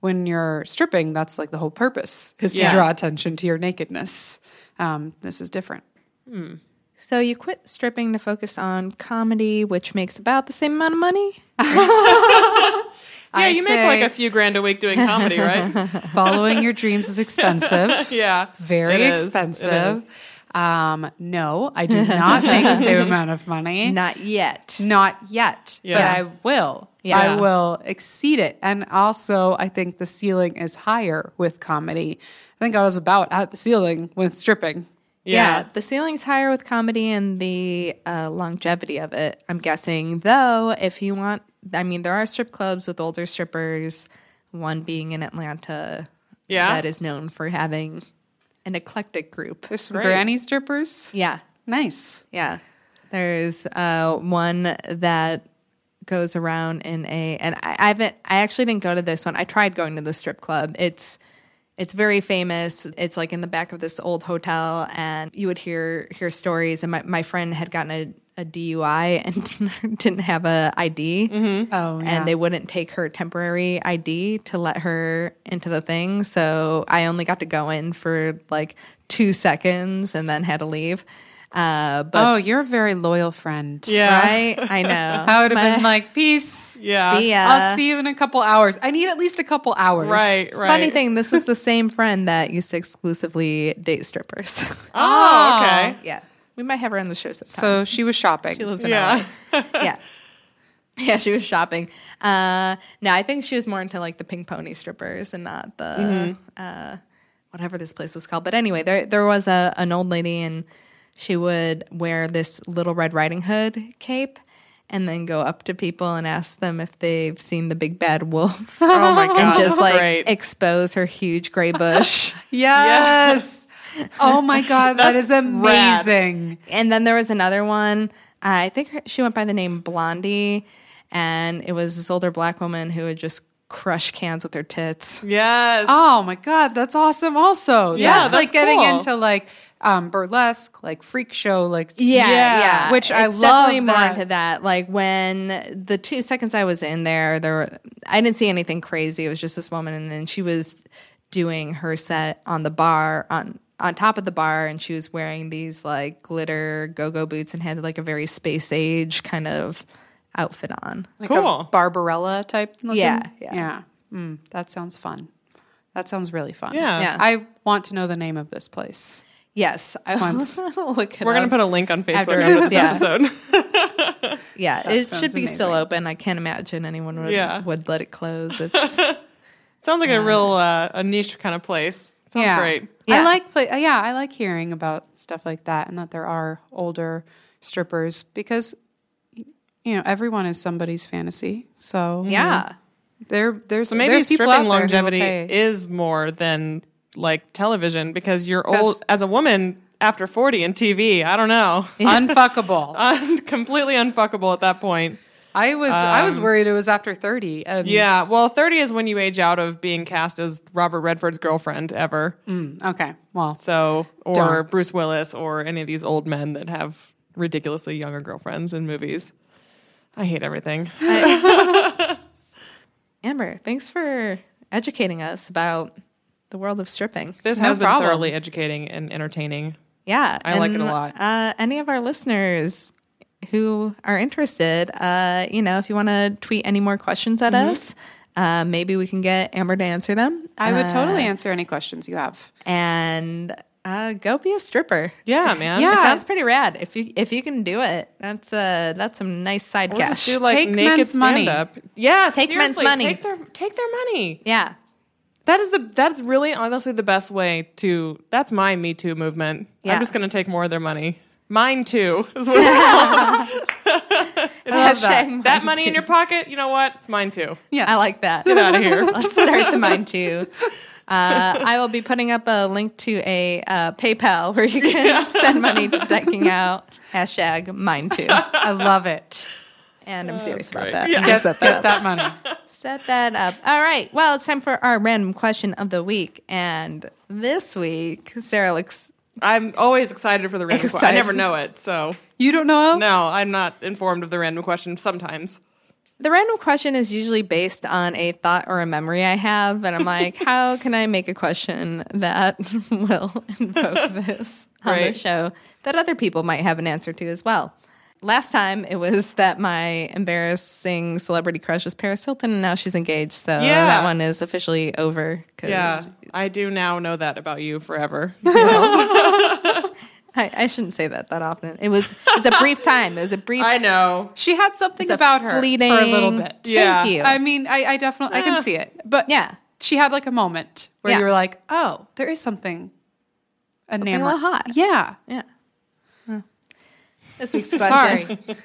when you're stripping, that's like the whole purpose is
Yeah.
to draw attention to your nakedness. Um, this is different.
So you quit stripping to focus on comedy, which makes about the same amount of money.
Yeah,
I
you
say-
make like a few grand a week doing comedy, right?
Following your dreams is expensive.
yeah.
Very
It is. It
expensive.
is.
Um, no, I do not make the same amount of money.
Not yet.
Not yet.
Yeah.
But I will.
Yeah.
I will exceed it. And also, I think the ceiling is higher with comedy. I think I was about at the ceiling with stripping.
Yeah. the ceiling's higher with comedy and the uh, longevity of it. I'm guessing, though, if you want, I mean, there are strip clubs with older strippers. One being in Atlanta,
Yeah.
that is known for having an eclectic group.
There's some granny strippers.
Yeah,
Nice.
yeah. There's uh, one that goes around in a, and I, I haven't, I actually didn't go to this one. I tried going to the strip club. It's It's very famous. It's like in the back of this old hotel, and you would hear hear stories. And my, my friend had gotten a, a DUI and didn't have a ID,
Oh, yeah.
and they wouldn't take her temporary ID to let her into the thing. So I only got to go in for like two seconds and then had to leave. Uh, but
oh, you're a very loyal friend.
Yeah.
right, I know.
I would have
My-
been like, peace.
Yeah.
See ya.
I'll see you in a couple hours. I need at least a couple hours.
Right, right.
Funny thing, this was the same friend that used to exclusively date strippers.
Oh, okay.
yeah, we might have her on the show sometime.
So she was shopping.
She lives in
Yeah.
LA. yeah. Yeah, she was shopping. Uh, no, I think she was more into like the pink pony strippers and not the uh, whatever this place was called. But anyway, there there was a an old lady and she would wear this little Red Riding Hood cape and then go up to people and ask them if they've seen the big bad wolf.
Oh my god.
and just like
Great.
expose her huge gray bush.
yes. oh my God. that is
rad.
amazing.
And then there was another one. I think her, she went by the name Blondie, and it was this older black woman who would just crush cans with her tits.
yes.
Oh my god, that's awesome! Also,
Yeah,
that's,
that's
like getting
cool.
into like um, burlesque, like freak show, like
Yeah.
which I
It's
love.
Definitely more
that.
into that. Like when the two seconds I was in there, there were, I didn't see anything crazy. It was just this woman, and then she was doing her set on the bar on on top of the bar, and she was wearing these like glitter go go boots and had like a very space age kind of outfit on.
like
Cool.
a Barbarella type. Looking.
Yeah, yeah.
Mm, that sounds fun. That sounds really fun.
Yeah.
Yeah.
I want to know the name of this place.
Yes, I
Once.
will look it
We're gonna
up.
put a link on
After-
Facebook under this
Yeah.
episode.
Yeah, it should be
sounds
still
amazing.
open. I can't imagine anyone would
Yeah.
would let it close. It's
Sounds like a real uh, a niche kind of place. Sounds
yeah,
great.
I
Yeah.
like pla- uh, yeah, I like hearing about stuff like that, and that there are older strippers because you know everyone is somebody's fantasy. So
yeah,
there there's
So maybe
there's people out there who
stripping
will
longevity
pay.
is more than like television because you're
'Cause-
old as a woman after 40 in TV. I don't know.
unfuckable.
I'm completely unfuckable at that point.
I was I was worried it was after thirty. And
Yeah. Well, 30 is when you age out of being cast as Robert Redford's girlfriend ever.
Okay. Well.
So, or
Don't.
Bruce Willis or any of these old men that have ridiculously younger girlfriends in movies. I hate everything.
Amber, thanks for educating us about the world of stripping.
This
No
has been
problem.
thoroughly educating and entertaining.
Yeah,
I like it a lot.
Uh, any of our listeners who are interested, uh, you know, if you want to tweet any more questions at
Mm-hmm.
us, uh, maybe we can get Amber to answer them.
I would totally answer any questions you have.
and uh, go be a stripper.
Yeah, man.
It sounds pretty rad. If you if you can do it, that's uh that's some nice side
Or
cash.
just do like
Take
naked
men's money.
stand up. Yeah,
Take men's
seriously,
money.
Take their take their money.
yeah.
That is the that's really honestly the best way to that's my Me Too movement.
Yeah.
I'm just gonna take more of their money. Mine too is what it's called.
Hashtag mine
that money
too.
in your pocket, you know what? It's mine too.
Yes.
I like that.
Get out of here.
Let's start the mine too. Uh, I will be putting up a link to a uh, PayPal where you can send money to decking out hashtag mine too.
I love it.
And I'm serious
great.
about that.
Yeah.
I
Get, get
set that up.
that money.
Set that up. All right. Well, it's time for our random question of the week. And this week, Sarah looks
I'm always excited for the random question. I
Excited.
never know it, so
You don't know?
no, I'm not informed of the random question sometimes.
The random question is usually based on a thought or a memory I have, and I'm like, how can I make a question that will invoke this on
Right.
the show that other people might have an answer to as well? Last time it was that my embarrassing celebrity crush was Paris Hilton, and now she's engaged, so
Yeah.
that one is officially over. 'cause
Yeah. I do now know that about you forever.
I, I shouldn't say that that often. It was it's a brief time. It was a brief.
I know
she had something
It's a
about her
fleeting- For a little bit.
Thank
Yeah.
you. I mean, I, I definitely I
Yeah.
can see it, but
yeah,
she had like a moment where
Yeah.
you were like, oh, there is something.
Something a little hot.
Yeah.
Yeah. This week's
Sorry.
question.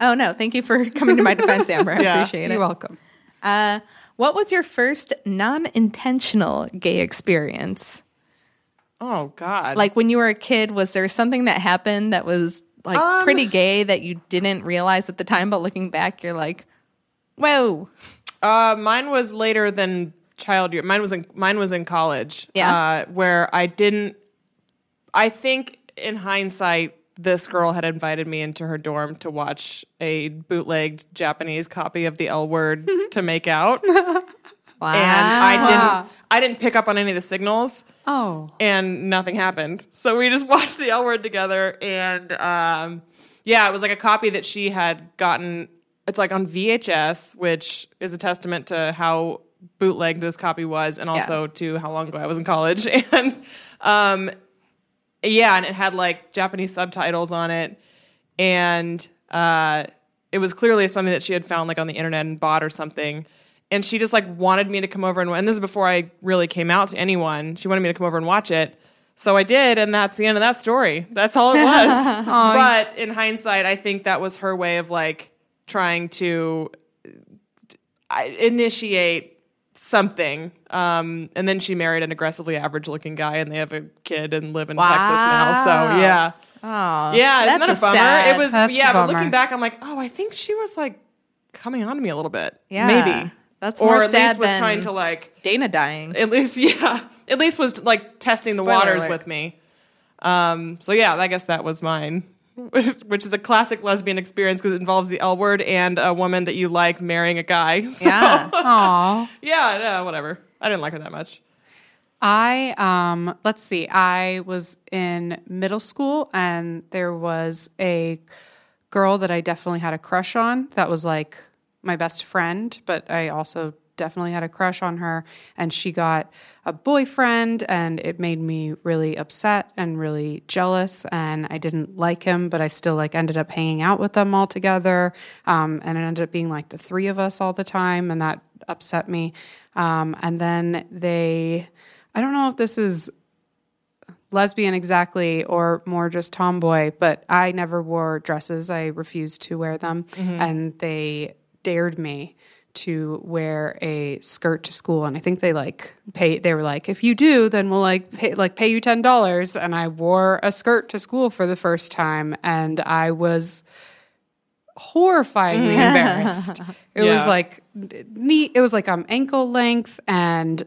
oh no! Thank you for coming to my defense, Amber. I
Yeah,
appreciate it.
you're welcome.
Uh, what was your first non-intentional gay experience?
Oh God!
Like when you were a kid, was there something that happened that was like
Um,
pretty gay that you didn't realize at the time, but looking back, you're like, whoa.
Uh, mine was later than child year. Mine was in mine was in college.
Yeah.
uh, where I didn't. I think in hindsight, this girl had invited me into her dorm to watch a bootlegged Japanese copy of the L Word to make out,
Wow.
and I didn't. I didn't pick up on any of the signals.
Oh.
and nothing happened. So we just watched the L Word together, and um, yeah, it was like a copy that she had gotten. It's like on VHS, which is a testament to how bootleg this copy was, and also to how long ago I was in college. And um, yeah, and it had like Japanese subtitles on it, and uh, it was clearly something that she had found like on the internet and bought or something. And she just like wanted me to come over and and this is before I really came out to anyone. She wanted me to come over and watch it, so I did, and that's the end of that story. That's all it was. but in hindsight, I think that was her way of like trying to uh, I- initiate something. Um, and then she married an aggressively average-looking guy, and they have a kid and live in Texas now. So
Wow.
yeah.
Oh,
Yeah, isn't that
that's
a bummer?
sad-
It was
That's a
yeah, but
bummer.
looking back, I'm like, oh, I think she was like coming on to me a little bit.
Yeah.
maybe
That's
or
more
at
sad
least was
than-
trying to like
Dana dying.
at least yeah, at least was like testing the
Spoiler
waters
alert.
with me. Um, so yeah, I guess that was mine, which is a classic lesbian experience because it involves the L word and a woman that you like marrying a guy. So,
Yeah.
Aw.
yeah, yeah, whatever. I didn't like her that much.
I um let's see. I was in middle school and there was a girl that I definitely had a crush on that was like my best friend, but I also definitely had a crush on her and she got a boyfriend and it made me really upset and really jealous and I didn't like him but I still like ended up hanging out with them all together um, and it ended up being like the three of us all the time and that upset me um, and then they I don't know if this is lesbian exactly or more just tomboy, but I never wore dresses. I refused to wear them. And they dared me to wear a skirt to school and I think they like pay they were like if you do then we'll like pay, like pay you $10 and I wore a skirt to school for the first time and I was horrifyingly embarrassed. It was
Yeah.
like knee. It was like um ankle length and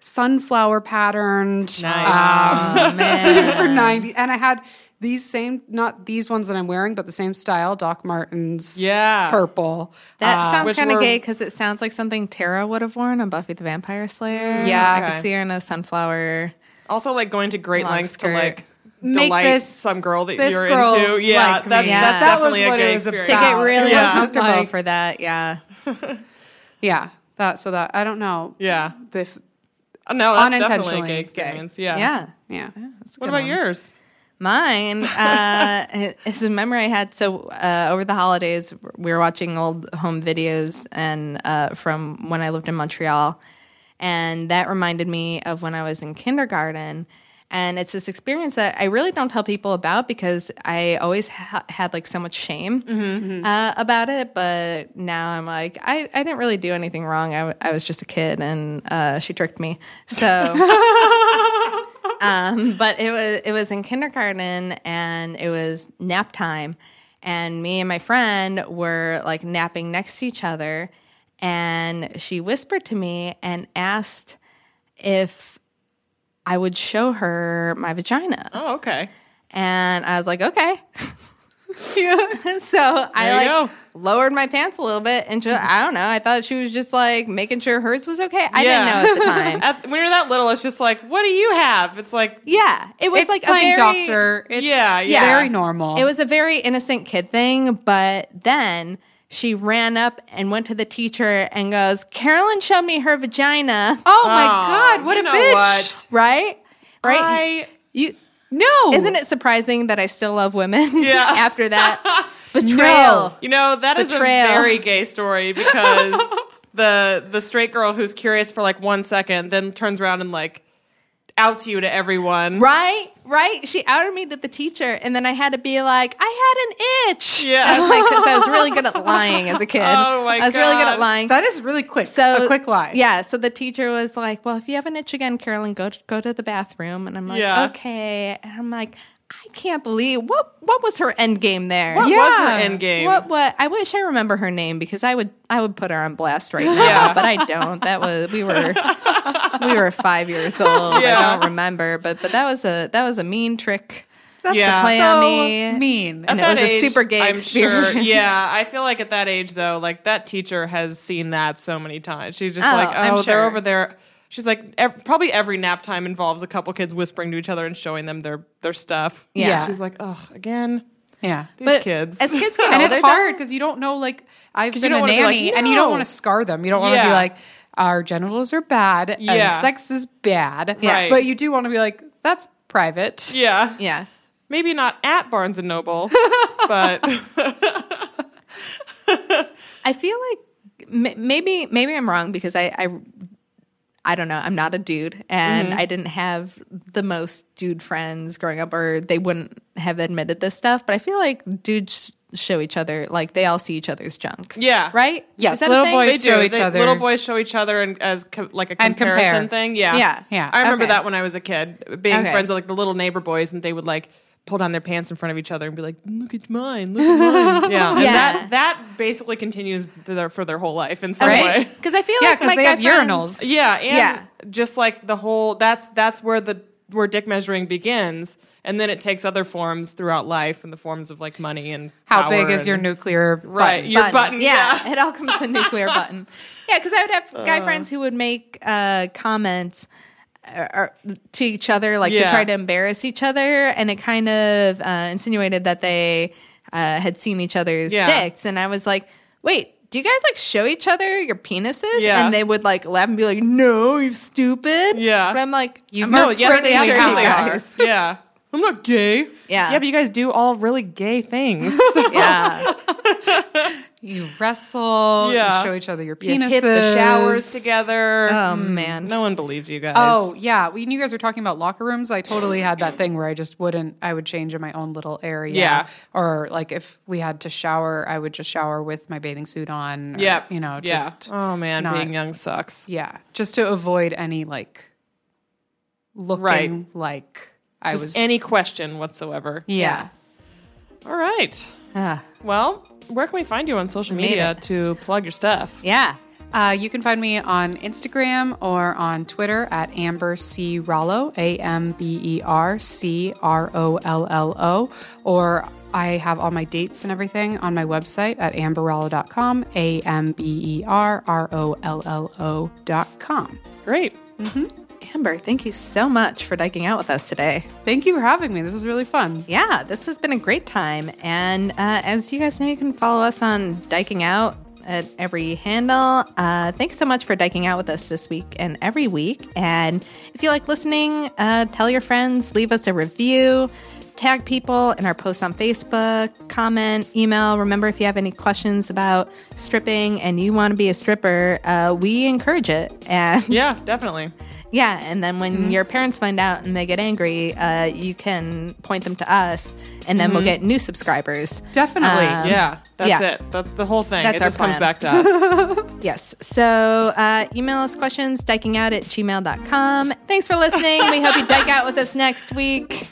sunflower patterned.
Nice.
Um, super ninety. And I had these same, not these ones that I'm wearing, but the same style, Doc Martens.
Yeah.
Purple. Uh,
That sounds
Uh, which
kind of
were-
gay because it sounds like something Tara would have worn on Buffy the Vampire Slayer.
Yeah.
I
Okay.
could see her in a sunflower.
Also, like going to great
Long
lengths
skirt.
to like
Make
delight
this-
some girl that
this
you're
girl
into. Yeah,
like me.
that's,
Yeah.
that's
That
was
definitely a
what it
gay
was about.
To
experience.
Wow.
get really
Yeah.
uncomfortable
Like-
for that. Yeah.
Yeah. That, so that, I don't know.
Yeah.
The f-
Uh, No, that's definitely a
Unintentionally
gay
gay.
experience. Yeah.
Yeah.
yeah.
What about yours?
Mine uh, is a memory I had. So uh, over the holidays, we were watching old home videos and uh, from when I lived in Montreal, and that reminded me of when I was in kindergarten. And it's this experience that I really don't tell people about because I always ha- had like so much shame uh, about it. But now I'm like, I, I didn't really do anything wrong. I, w- I was just a kid, and uh, she tricked me. So. um, but it was it was in kindergarten and it was nap time and me and my friend were like napping next to each other and she whispered to me and asked if I would show her my vagina.
Oh, okay.
And I was like, okay. Yeah. so I
There
like
you go.
lowered my pants a little bit and just, I don't know. I thought she was just like making sure hers was okay. I
Yeah.
didn't know at the time.
At, when you're that little, it's just like, what do you have? It's like,
yeah. It was
It's
like
like
a
playing
very-
doctor. It's yeah,
Yeah, yeah.
Very normal.
It was a very innocent kid thing, but then she ran up and went to the teacher and goes, Carolyn showed me her vagina.
Oh my God. What
you
a
know
bitch.
what?
Right? Right?
I
you
No.
Isn't it surprising that I still love women
Oh. Yeah.
after that betrayal?
You know, that is
Betrayal.
a very gay story because the the straight girl who's curious for like one second then turns around and like outs you to everyone.
Right? Right? She outed me to the teacher, and then I had to be like, I had an itch.
Yeah.
I was like, because I was really good at lying as a kid.
Oh my
I was really good at
God.
lying.
That is really quick.
So
a quick lie.
Yeah. So the teacher was like, "Well, if you have an itch again, Carolyn, go to, go to the bathroom." And I'm like,
Yeah.
"Okay." And I'm like, "I can't believe what what was her end game there?
What
Yeah.
was her
Yeah.
end game?
What what? I wish I remember her name because I would I would put her on blast right now,
Yeah.
but I don't. That was we were we were five years old.
Yeah.
I don't remember, but but that was a that was a mean trick.
That's
Yeah.
play
so
on me.
mean.
And it
At
was
that
a
age,
super gay
I'm
experience.
Sure, yeah, I feel like at that age though, like that teacher has seen that so many times. She's just
Oh,
like,
I'm
oh, they're
sure.
over there. She's like, ev- probably every nap time involves a couple kids whispering to each other and showing them their their stuff.
Yeah.
she's like, oh, again
yeah.
these
But
kids.
as kids get
and
older,
it's
though-
hard because you don't know. Like I've
'Cause you
been
don't
a
wanna be
nanny,
like,
and you don't
"No."
want to scar them. You don't want to
Yeah.
be like our genitals are bad.
Yeah.
and sex is bad.
Yeah. Right.
but you do want to be like that's private.
yeah,
Yeah.
maybe not at Barnes and Noble, but
I feel like m- maybe maybe I'm wrong because I I, I don't know. I'm not a dude, and
Mm-hmm.
I didn't have the most dude friends growing up, or they wouldn't have admitted this stuff. But I feel like dudes show each other like they all see each other's junk.
Yeah.
Right.
Yes,
Is that a
little
thing?
boys
they do.
show each
They-
other.
Little boys show each other and as co- like a
And compare.
comparison thing. Yeah,
Yeah.
Yeah.
I remember
Okay.
that when I was a kid, being
Okay.
friends with like the little neighbor boys, and they would like pull down their pants in front of each other and be like, "Look at mine, look at mine." Yeah, and
Yeah.
that that basically continues th- their, for their whole life in some
Right.
way.
Because I feel
Yeah,
like
'cause
my
they
guy
have
friends-
urinals.
Yeah, and
Yeah.
just like the whole that's that's where the where dick measuring begins, and then it takes other forms throughout life in the forms of like money and
How
power
big is your
and-
nuclear? button?
right your button?
Yeah, it all comes to nuclear button. Yeah, because I would have guy friends who would make uh, comments uh, or, to each other, like to
Yeah.
try to embarrass each other, and it kind of uh, insinuated that they uh, had seen each other's
Yeah.
dicks, and I was like, wait. Do you guys like show each other your penises?
Yeah.
And they would like laugh and be like, "No, you're stupid."
Yeah.
but I'm like,
You
I'm
know,
most
yeah, they
certainly sure you
absolutely are.
guys.
Yeah. I'm not gay.
Yeah.
Yeah, but you guys do all really gay things.
Yeah,
You wrestle.
Yeah.
You show each other your
you
penises.
hit the showers together. Mm.
oh man,
no one believes you guys.
Oh yeah, when you guys were talking about locker rooms, I totally had that thing where I just wouldn't. I would change in my own little area.
Yeah.
Or like if we had to shower, I would just shower with my bathing suit on. or,
yeah.
You know.
Yeah.
Just,
oh man,
not-
being young sucks.
Yeah. Just to avoid any like looking
Right.
like I
Just
was
any question whatsoever.
Yeah.
All right.
Ah.
Well, where can we find you on social
Made
media
it.
to plug your stuff?
yeah.
Uh, you can find me on Instagram or on Twitter at Amber C Rollo, A M B E R C R O L L O, or I have all my dates and everything on my website at amberrollo.com, A M B E R R O L L O dot com.
Great.
Amber, thank you so much for digging out with us today.
Thank you for having me. This is really fun.
Yeah, this has been a great time. And uh, as you guys know, you can follow us on Diking Out at every handle. Uh, thanks so much for diking out with us this week and every week. And if you like listening, uh, tell your friends, leave us a review, tag people in our posts on Facebook, comment, email. Remember, if you have any questions about stripping and you want to be a stripper, uh, we encourage it. And
Yeah, definitely.
yeah, and then when your parents find out and they get angry, uh, you can point them to us, and then we'll get new subscribers.
Definitely.
Um,
yeah, that's
yeah.
it. That's the whole thing.
That's
it
our
just comes
plan.
back to us.
Yes. So uh, email us questions, dikingout at gmail.com. Thanks for listening. we hope you dike out with us next week.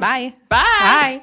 Bye.
Bye.